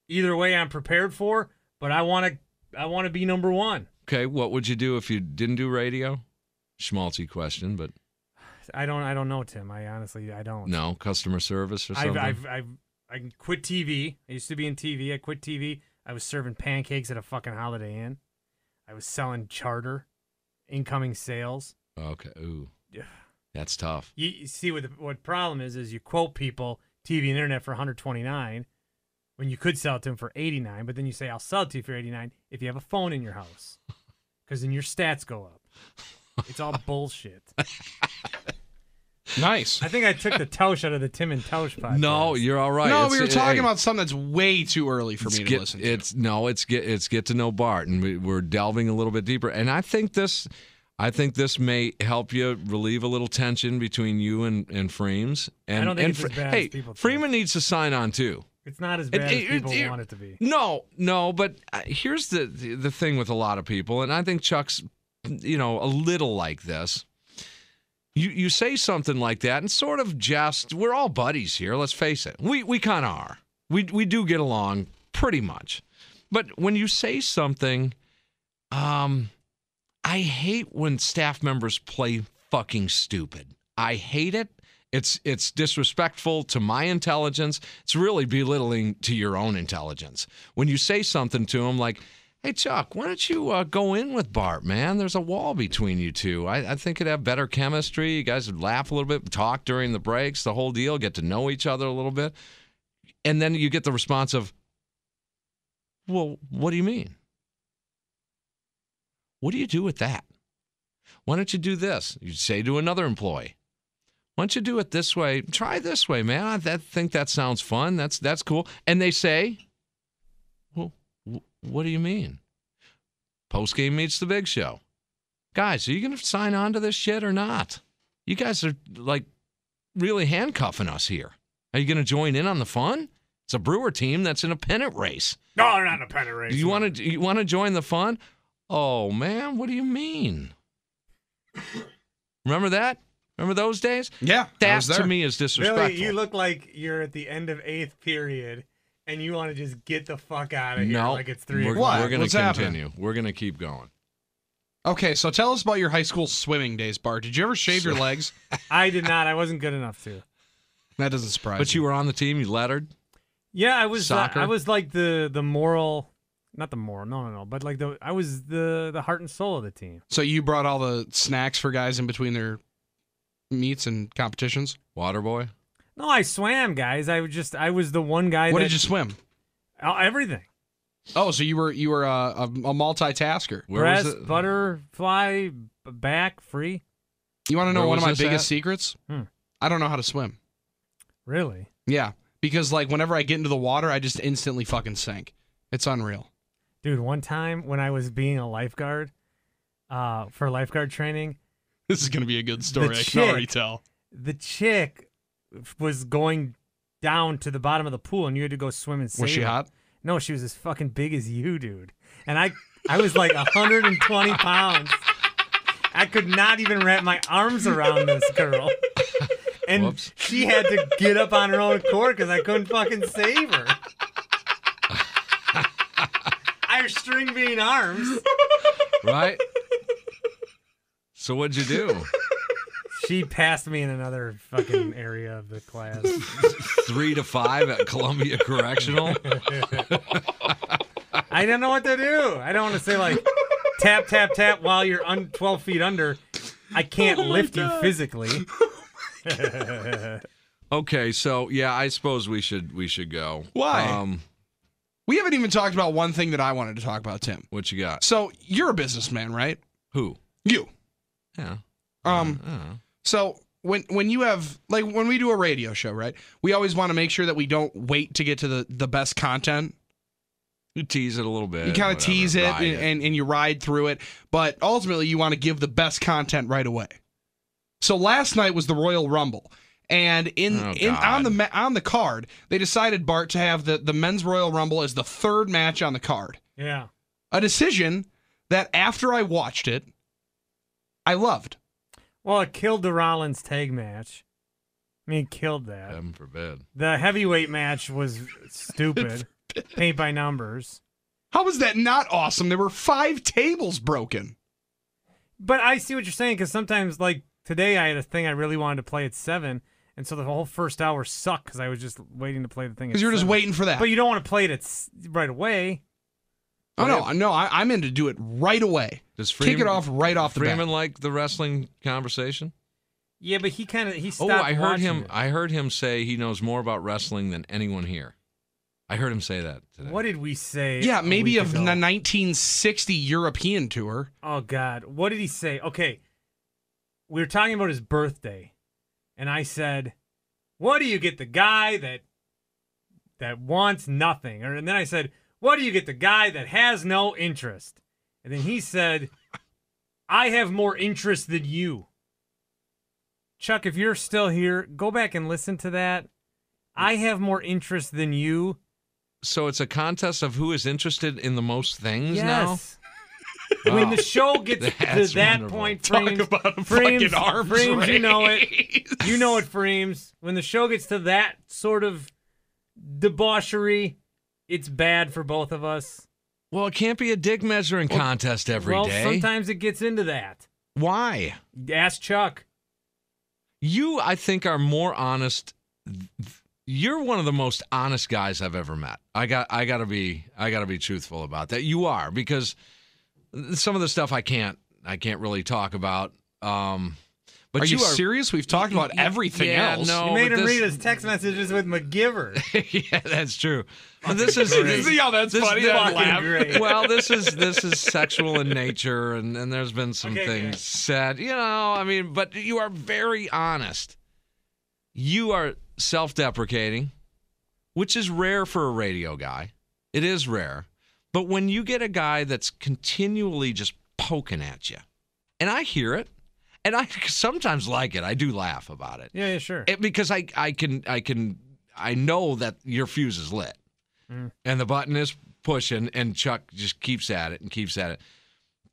either way, I'm prepared for. But I want to, I want to be number one. okay. What would you do if you didn't do radio? Schmaltzy question, but I don't, I don't know, Tim. I honestly, I don't. no customer service or I've, something. I've, I've, I quit TV. I used to be in TV. I quit TV. I was serving pancakes at a fucking Holiday Inn. I was selling charter, incoming sales. okay. Ooh, Yeah. that's tough. You, you see what the, what problem is? Is you quote people TV and internet for 129 when you could sell it to them for 89, but then you say I'll sell it to you for 89 if you have a phone in your house, because then your stats go up. It's all bullshit. Nice. I think I took the Tausch out of the Tim and Tausch podcast. No, you're all right. No, It's- eh, we were hey, talking about something that's way too early for It's me to get- listen to. It's no, it's get it's get to know Bart, and we, we're delving a little bit deeper. And I think this, I think this may help you relieve a little tension between you and and Freems. And don't think and it's as bad as hey, people think. Freeman needs to sign on too. it's not as It- bad it- as people it- want it to be. No, no, but uh, here's the the the thing with a lot of people, and I think Chuck's, you know, a little like this. You you say something like that and sort of jest. We're all buddies here. Let's face it. We we kind of are. We we do get along pretty much, but when you say something, um, I hate when staff members play fucking stupid. I hate it. It's it's disrespectful to my intelligence. It's really belittling to your own intelligence. When you say something to them like, "Hey Chuck, why don't you uh, go in with Bart, man? There's a wall between you two. I, I think it'd have better chemistry. You guys would laugh a little bit, talk during the breaks, the whole deal, get to know each other a little bit." And then you get the response of, "Well, what do you mean?" What do you do with that? Why don't you do this? You'd say to another employee, why don't you do it this way? Try this way, man. I that, think that sounds fun. That's that's cool. And they say, well, wh- what do you mean? Post game meets the big show. Guys, are you going to sign on to this shit or not? You guys are like really handcuffing us here. Are you going to join in on the fun? It's a Brewer team that's in a pennant race. No, they're not in a pennant race. Do you want to you want to join the fun? Oh man, what do you mean? Remember that? Remember those days? Yeah, I That was there. to me is disrespectful. Billy, you look like you're at the end of eighth period, and you want to just get the fuck out of here no, like it's 3 we're, o'clock. What? we're gonna What's happening? continue. We're gonna keep going. Okay, so tell us about your high school swimming days, Bart. Did you ever shave your legs? I did not. I wasn't good enough to. That doesn't surprise But me. you were on the team. You lettered. Yeah, I was. uh, Soccer? I was like the the moral, not the moral. No, no, no. But like the I was the the heart and soul of the team. So you brought all the snacks for guys in between their meets and competitions. Water boy. No, I swam, guys. I was just I was the one guy. what that, did you swim? Uh, everything? Oh, so you were you were uh, a, a multitasker. Where Breast, was it? butterfly, b- back, free. You want to know Where one of was my this biggest at? secrets? Hmm. I don't know how to swim. Really? Yeah, because like whenever I get into the water, I just instantly fucking sink. It's unreal. Dude, one time when I was being a lifeguard uh, for lifeguard training, This is gonna be a good story. The I can already chick- tell. the chick was going down to the bottom of the pool and you had to go swim and save Was she her. hot? No, she was as fucking big as you, dude. And I I was like 120 pounds. I could not even wrap my arms around this girl. And Whoops. she had to get up on her own cord because I couldn't fucking save her. I was string bean arms. right? So what'd you do? She passed me in another fucking area of the class. Three to five at Columbia Correctional. I don't know what to do. I don't want to say like tap tap tap while you're un- 12 feet under. I can't lift you physically. Okay, so yeah, I suppose we should we should go. Why? Um, We haven't even talked about one thing that I wanted to talk about, Tim. what you got? So you're a businessman, right? Who? You. Yeah. Um. Uh, So when when you have like when we do a radio show, right? We always want to make sure that we don't wait to get to the the best content. you tease it a little bit. You kind whatever, of tease it ride and, and and you ride through it, but ultimately you want to give the best content right away. So last night was the Royal Rumble. And in, Oh, in God. on the ma- on the card, they decided Bart to have the, the men's Royal Rumble as the third match on the card. Yeah. A decision that after I watched it, I loved. Well, it killed the Rollins tag match. I mean, it killed that. Heaven forbid. The heavyweight match was stupid. Paint by numbers. How was that not awesome? There were five tables broken. But I see what you're saying because sometimes, like today, I had a thing I really wanted to play at seven, and so the whole first hour sucked because I was just waiting to play the thing. at Because you're just seven. waiting for that. But you don't want to play it at s- right away. oh no, no, I, I'm in to do it right away. Does Kick it off right off the bat. Freeman like the wrestling conversation? Yeah, but he kind of he Oh, stopped. I heard watching him. it. I heard him say he knows more about wrestling than anyone here. I heard him say that today. What did we say? Yeah, a maybe week of the ago? 1960 European tour. Oh God, what did he say? Okay, we were talking about his birthday, and I said, "What do you get the guy that that wants nothing?" Or and then I said, "What do you get the guy that has no interest?" And then he said, "I have more interest than you." Chuck, if you're still here, go back and listen to that. I have more interest than you. So it's a contest of who is interested in the most things now. Yes. When Wow. the show gets Oh. That's to that wonderful. point, Talk Frames, about a Frames, fucking arms Frames, you know it. race. You know it, Frames. When the show gets to that sort of debauchery, it's bad for both of us. Well, it can't be a dick measuring contest every day. well, sometimes it gets into that. Why? Ask Chuck. You, I think, are more honest. You're one of the most honest guys I've ever met. I got, I gotta be, I gotta be truthful about that. You are because some of the stuff I can't, I can't really talk about. Um, But are you, are serious? We've talked about everything yeah, else. no. You Oh, made but him this- read his text messages with McGiver. yeah, that's true. But this is great. See how that's this- funny? this- I Fucking laugh. great. well, this is this is sexual in nature, and and there's been some Okay, things okay. said. You know, I mean, but you are very honest. You are self-deprecating, which is rare for a radio guy. It is rare, but when you get a guy that's continually just poking at you, and I hear it, and I sometimes like it. I do laugh about it. Yeah, yeah, sure. It, because I I can I can I know that your fuse is lit, Mm. and the button is pushing, and Chuck just keeps at it and keeps at it.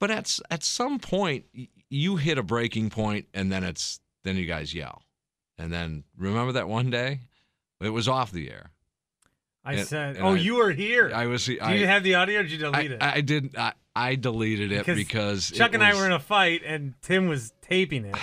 But at s- at some point, y- you hit a breaking point, and then it's then you guys yell, and then remember that one day, it was off the air. I and- said, and Oh, I- you were here. I was Do you I have the audio or did you I, delete it? I did I, I deleted it Because because Chuck it and I was- were in a fight, and Tim was taping it.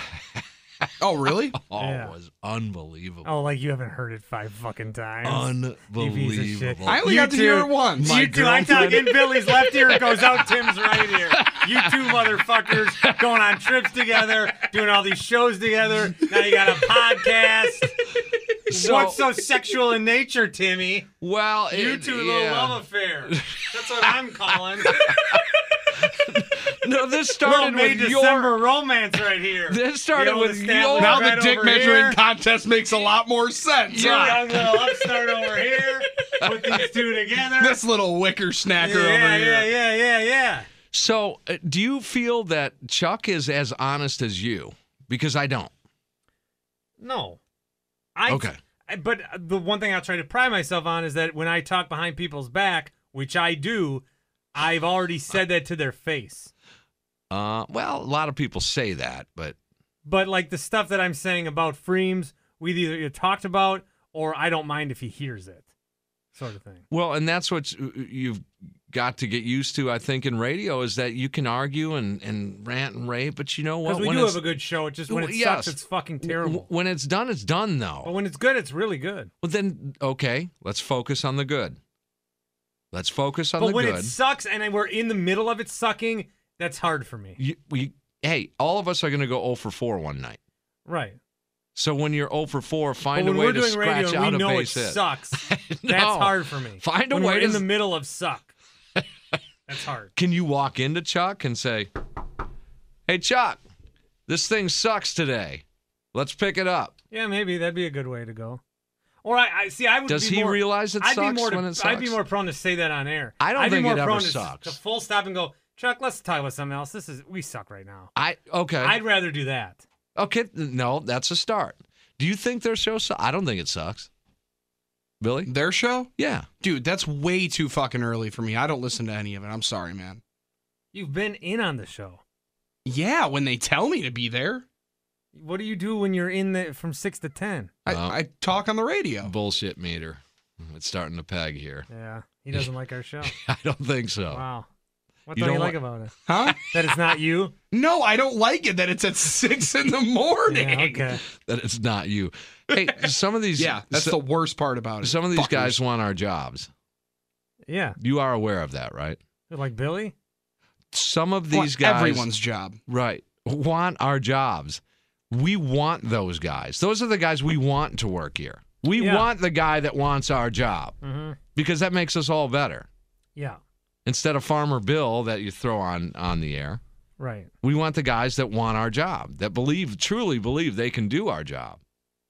Oh, really? oh, yeah. it was unbelievable. oh, like you haven't heard it five fucking times. You piece of shit. Unbelievable. I only You got to hear two- it once. you two, I talk girlfriend- in Billy's left ear, it goes out Tim's right ear. You two motherfuckers going on trips together, doing all these shows together. Now you got a podcast. So- What's so sexual in nature, Timmy? well, You it- two, little yeah. love affair. That's what I'm calling. No, this little started May with your December romance right here. This started You know, with established your- now right the dick over measuring here. contest makes a lot more sense. You're a huh? young little upstart over here. Put these two together. This little wicker snacker yeah, over here. yeah, yeah, yeah, yeah. So, uh, do you feel that Chuck is as honest as you? Because I don't. No. I Okay. I- but the one thing I try to pride myself on is that when I talk behind people's back, which I do, I've already said that to their face. Uh, well, a lot of people say that, but But like the stuff that I'm saying about Freems, we either talked about or I don't mind if he hears it, sort of thing. well, and that's what you- you've got to get used to, I think, in radio is that you can argue and, and rant and rave, but you know Because what? we When do it's- have a good show. It's just when it Well, yes. sucks, it's fucking w- terrible. when it's done, it's done, though. But when it's good, it's really good. Well, then, okay, let's focus on the good. Let's focus on but the when good. it sucks and we're in the middle of it sucking, that's hard for me. you, we, hey, all of us are going to go 0 for 4 one night. Right. So when you're 0 for 4, But find when a way we're to doing scratch radio, and out we a know it base hit. sucks. No. That's hard for me. Find a When way we're to in the s- middle of suck. That's hard. Can you walk into Chuck and say, "Hey Chuck, this thing sucks today. Let's pick it up." Yeah, maybe that'd be a good way to go. Or I, I see. I would. Does be he more- realize it I'd be sucks more to- when it I'd be sucks? more prone to say that on air. I don't I'd think be more it ever prone to s- sucks. To full stop and go, Chuck. Let's talk about something else. This is we suck right now. I okay. I'd rather do that. okay, no, that's a start. Do you think their show sucks? I don't think it sucks. Billy? Their show? Yeah. Dude, that's way too fucking early for me. I don't listen to any of it. I'm sorry, man. You've been in on the show. Yeah, when they tell me to be there, What do you do when you're in the from six to ten? I, Well. I talk on the radio. Bullshit meter. It's starting to peg here. Yeah, he doesn't like our show. I don't think so. Wow, Oh. what You don't you don't like about it? Huh? That it's not you. No, I don't like it that it's at six in the morning. Yeah, okay. That it's not you. Hey, some of these Yeah, that's so- the worst part about it. some of these Fuckers. guys want our jobs. Yeah, You are aware of that, right? like Billy. Some of want these guys Everyone's job. Right. Want our jobs. We want those guys. Those are the guys we want to work here. We Yeah. want the guy that wants our job Mm-hmm. because that makes us all better. Yeah, Instead of Farmer Bill that you throw on on the air, right. we want the guys that want our job, that believe truly believe they can do our job.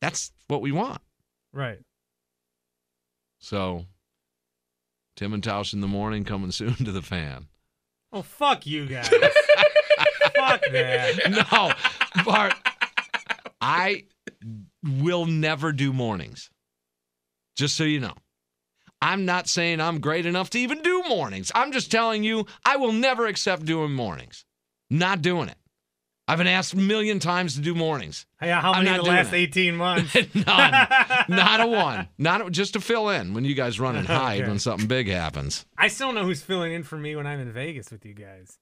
That's what we want. Right. So Tim and Tausch in the morning coming soon to the fan. Oh fuck you guys. fuck that. No, Bart, I will never do mornings. Just so you know. I'm not saying I'm great enough to even do mornings. I'm just telling you, I will never accept doing mornings. Not doing it. I've been asked a million times to do mornings. Yeah, uh, how I'm many not in the doing last it. 18 months? None. Not a one. Not a, just to fill in when you guys run and hide Okay. when something big happens. I still don't know who's filling in for me when I'm in Vegas with you guys.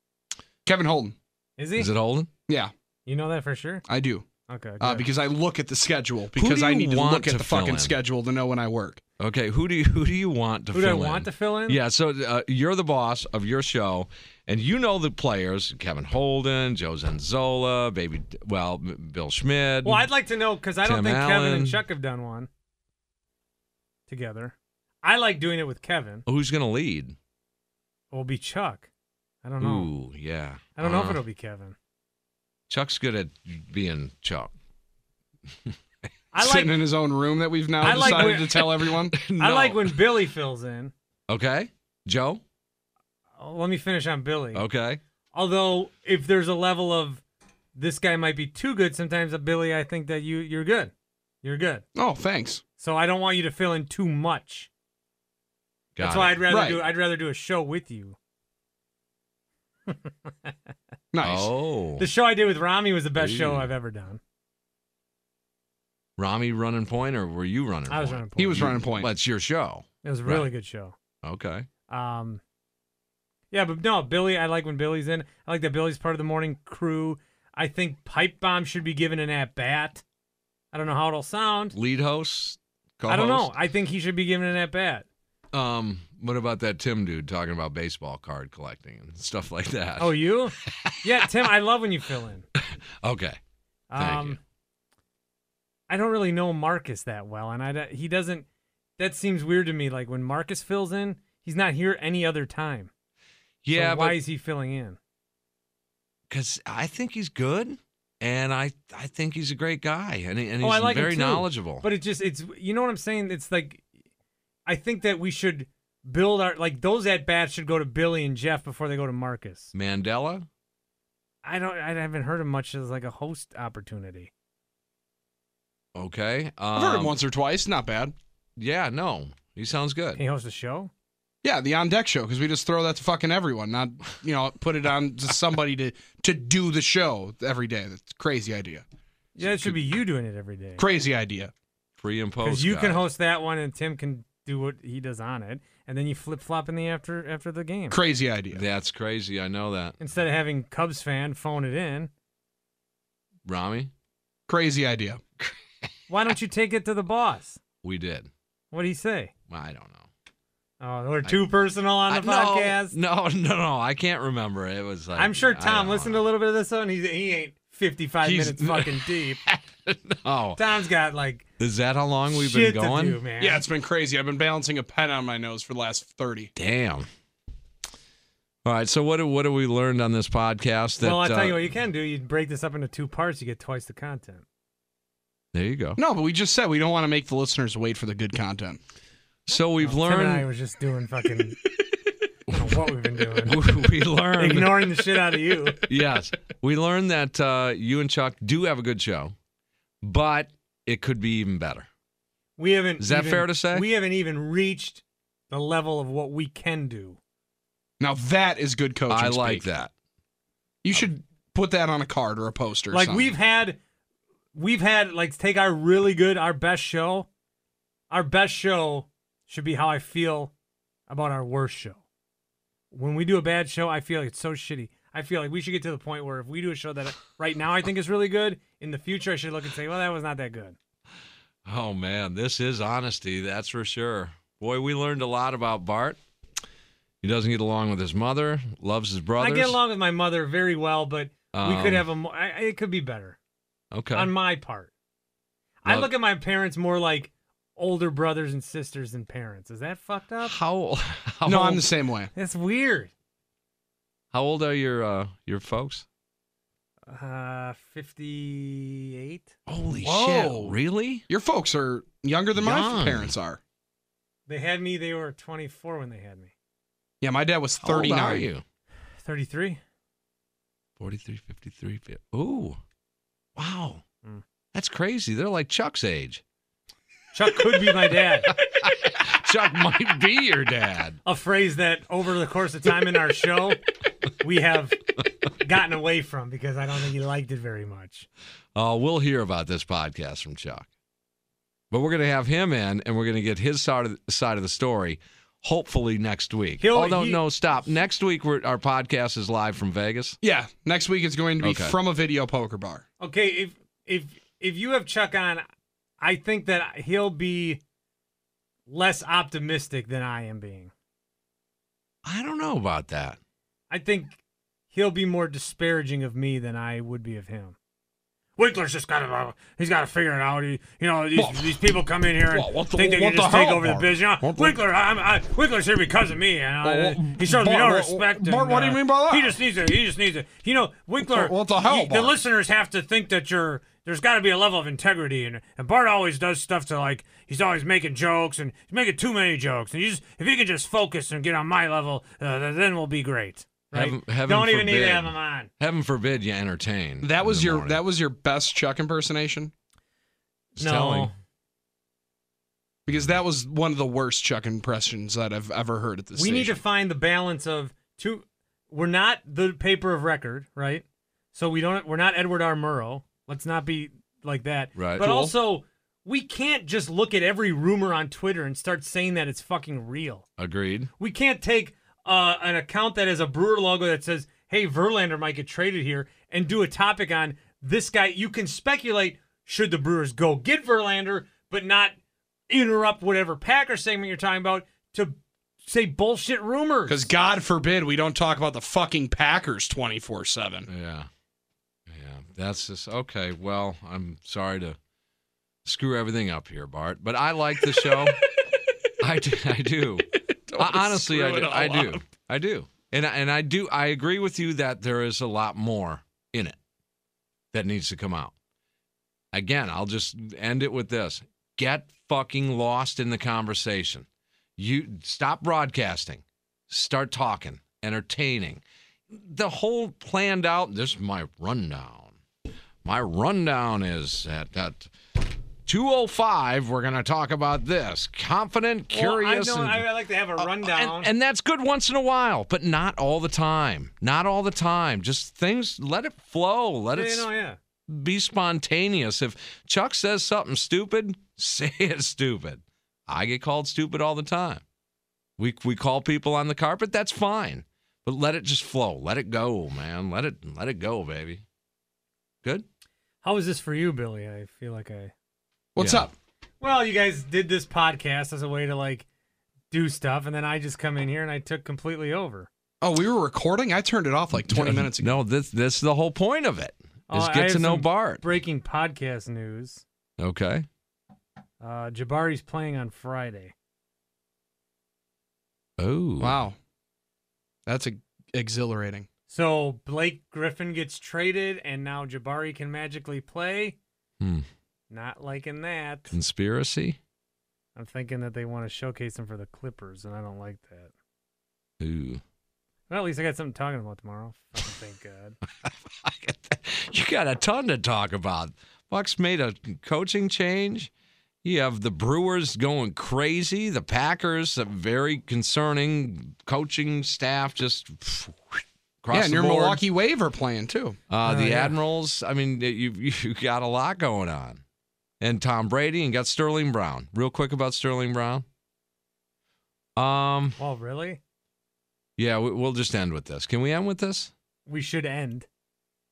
Kevin Holden. Is he? Is it Holden? Yeah, you know that for sure? I do. Okay. Uh, good. because I look at the schedule because do I you need to want look at to the fill fucking in? schedule to know when I work. Okay, who do you who do you want to Who do fill I in? want to fill in? Yeah, so uh, you're the boss of your show, And you know the players: Kevin Holden, Joe Zanzola, Baby. Well, M- Bill Schmidt. Well, I'd like to know because I don't Tim think Kevin Allen. and Chuck have done one together. I like doing it with Kevin. Who's going to lead? It'll be Chuck. I don't know. Ooh, yeah. I don't know if Uh, it'll be Kevin. Chuck's good at being Chuck. I like Sitting in his own room that we've now I like decided where- to tell everyone. I No. like when Billy fills in. Okay, Joe. Oh, let me finish on Billy. Okay. Although if there's a level of this guy might be too good, sometimes uh, Billy, I think that you you're good. You're good. Oh, thanks. So I don't want you to fill in too much. Got That's it. why I'd rather Right. do I'd rather do a show with you. Nice. Oh, The show I did with Rami was the best show Ooh. I've ever done. Rami running point, or were you running? I was point? running. He point. was running point. Well, it's your show. It was a Right. really good show. Okay. Um, yeah, but no, Billy. I like when Billy's in. I like that Billy's part of the morning crew. I think Pipe Bomb should be given an at bat. I don't know how it'll sound. Lead host. Co-host. I don't know. I think he should be given an at bat. Um, what about that Tim dude talking about baseball card collecting and stuff like that? Oh, you? yeah, Tim. I love when you fill in. okay. Thank Um, you. I don't really know Marcus that well, and I don't- he doesn't. That seems weird to me. Like when Marcus fills in, he's not here any other time. So Yeah, why but is he filling in? because I think he's good, and I I think he's a great guy, and, he, and he's oh, I like him very too. knowledgeable. But it just it's you know what I'm saying? It's like I think that we should build our like those at bats should go to Billy and Jeff before they go to Marcus. Mandela. I don't I haven't heard of much as like a host opportunity. Okay. Um, I've heard him once or twice. Not bad. Yeah. No. He sounds good. Can he host a show? Yeah, the on deck show because we just throw that to fucking everyone, not you know put it on to somebody to to do the show every day. That's a crazy idea. Yeah, it should be you doing it every day. Crazy idea. Pre and post. Because you can guy. host that one and Tim can do what he does on it, and then you flip flop in the after after the game. Crazy idea. That's crazy. I know that. Instead of having Cubs fan phone it in, Rami, Crazy idea. why don't you take it to the boss? we did. What'd he say? Well, I don't know. Oh, we're too personal on the I- no, podcast. No, no, no. I can't remember. It was like I'm sure I Tom don't listened to know. a little bit of this one. He's, he ain't 55 He's- minutes fucking deep. Oh, Tom's got like is that how long we've shit been going? to do, man. Yeah, it's been crazy. I've been balancing a pen on my nose for the last thirty. Damn. All right. So what do- what have we learned on this podcast? That, well, I'll tell uh, you what you can do. You break this up into two parts. You get twice the content. There you go. No, but we just said we don't want to make the listeners wait for the good content. So we've Tim and I learned. was just doing fucking. I don't know what we've been doing. we learned. Ignoring the shit out of you. yes, we learned that uh, you and Chuck do have a good show, but it could be even better. We haven't. Is that even- fair to say? We haven't even reached the level of what we can do. Now that is good coaching. I like speak. that. You should put that on a card or a poster. or like something. we've had, we've had like take our really good, our best show. Our best show should be how I feel about our worst show. When we do a bad show, I feel like it's so shitty. I feel like we should get to the point where if we do a show that right now I think is really good, in the future I should look and say, well, that was not that good. Oh man, this is honesty. That's for sure. Boy, we learned a lot about Bart. He doesn't get along with his mother. Loves his brothers. I get along with my mother very well, but we Um, could have a mo- I, I- it could be better. Okay. on my part. I Love- look at my parents more like older brothers and sisters than parents. Is that fucked up? how, how no, old, I'm the same way. That's weird. how old are your uh, your folks? Uh, 58. Holy Whoa. shit! Really? Your folks are younger than my Young. parents are. They had me, they were 24 when they had me. Yeah, my dad was How old thirty nine. are you? 33? 43, 53, 50. Ooh. Wow. Hmm. Mm. That's crazy. They're like Chuck's age. Chuck could be my dad. Chuck might be your dad. A phrase that over the course of time in our show, we have gotten away from because I don't think he liked it very much. Uh, we'll hear about this podcast from Chuck. But we're going to have him in and we're going to get his side of, side of the story hopefully next week. He'll- oh, no, he- no, stop. Next week, we're, our podcast is live from Vegas. Yeah, next week it's going to be Okay. from a video poker bar. Okay, if if if you have Chuck on, I think that he'll be less optimistic than I am being. I don't know about that. I think he'll be more disparaging of me than I would be of him. Winkler's just got to, uh, he's got to figure it out. He, you know, these, Well, these people come in here and well, what the- think they what can the just take hell, over the Bart? biz. You know, What the- Winkler, I'm, I, Winkler's here because of me. You know, Well, and what- he shows me Bart, no what- respect. Bart, and, what do you uh, mean by that? He just needs to, he just needs to, you know, Winkler. What the hell, you- the Bart? listeners have to think that you're. There's got to be a level of integrity, and and Bart always does stuff to like he's always making jokes and he's making too many jokes, and you just if he can just focus and get on my level, uh, th- then we'll be great. Right? Heaven- heaven Don't even need to forbid. have him on. Heaven forbid you entertain. That in was the your morning. that was your best Chuck impersonation It's No. telling. because that was one of the worst Chuck impressions that I've ever heard at this. we need to find the balance of two we're not the paper of record right so we don't we're not edward r murrow let's not be like that Right. but Cool. also we can't just look at every rumor on twitter and start saying that it's fucking real Agreed. we can't take uh, an account that has a brewer logo that says hey verlander might get traded here and do a topic on this guy you can speculate should the brewers go get verlander but not interrupt whatever packer segment you're talking about to say bullshit rumors because God forbid we don't talk about the fucking Packers twenty four seven. Yeah. Yeah. That's just okay. Well, I'm sorry to screw everything up here, Bart, but I like the show. I do. I do. I, honestly, I do. I do. I do. And I, and I do. I agree with you that there is a lot more in it that needs to come out. Again, I'll just end it with this: get fucking lost in the conversation. You stop broadcasting. Start talking, entertaining. The whole planned out. This is my rundown. My rundown is at that. 205 we're going to talk about this confident curious Well, I, and- know, Uh, I, I like to have a rundown. and, and that's good once in a while, but not all the time. Not all the time. Just things, let it flow. Let Yeah, it you know, yeah. s- be spontaneous. If Chuck says something stupid, say it's stupid. I get called stupid all the time. We, we call people on the carpet. That's fine, but let it just flow. Let it go, man. Let it let it go, baby. Good. How was this for you, Billy? I feel like I. What's Yeah. up? Well, you guys did this podcast as a way to like do stuff, and then I just come in here and I took completely over. Oh, we were recording. I turned it off like twenty minutes ago. No, this this is the whole point of it. Is Uh, I get have to know some Bart. Breaking podcast news: Okay. uh, Jabari's playing on Friday. Oh. Wow, that's ex- exhilarating. So Blake Griffin gets traded, and now Jabari can magically play. Hmm. Not liking that. Conspiracy. I'm thinking that they want to showcase him for the Clippers, and I don't like that. Ooh. Well, at least I got something talking about tomorrow. Fucking thank God. you got a ton to talk about. Bucks made a coaching change. You have the Brewers going crazy. The Packers, a very concerning coaching staff just across yeah, and the your board. Milwaukee Wave are playing too. Uh, Oh, the yeah. Admirals. I mean, you you got a lot going on, and Tom Brady and got Sterling Brown. Real quick about Sterling Brown. Um. Well, really? Yeah, we, we'll just end with this. Can we end with this? We should end.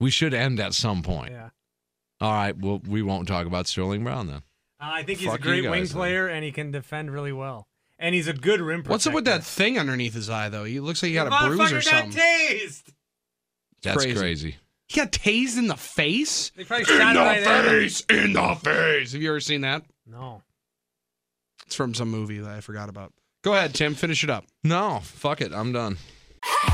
We should end at some point. Yeah. All right. Well, we won't talk about Sterling Brown then. Uh, I think he's Fuck you a great wing guys, then. player, and he can defend really well. And he's a good rim protector. What's up with that thing underneath his eye though? He looks like he got a Motherfucker bruise or got something. tased. That's Crazy. crazy. he got tased in the face. They probably shot it right at him. in the face. Have you ever seen that? No. It's from some movie that I forgot about. Go ahead, Tim. Finish it up. No, fuck it. I'm done.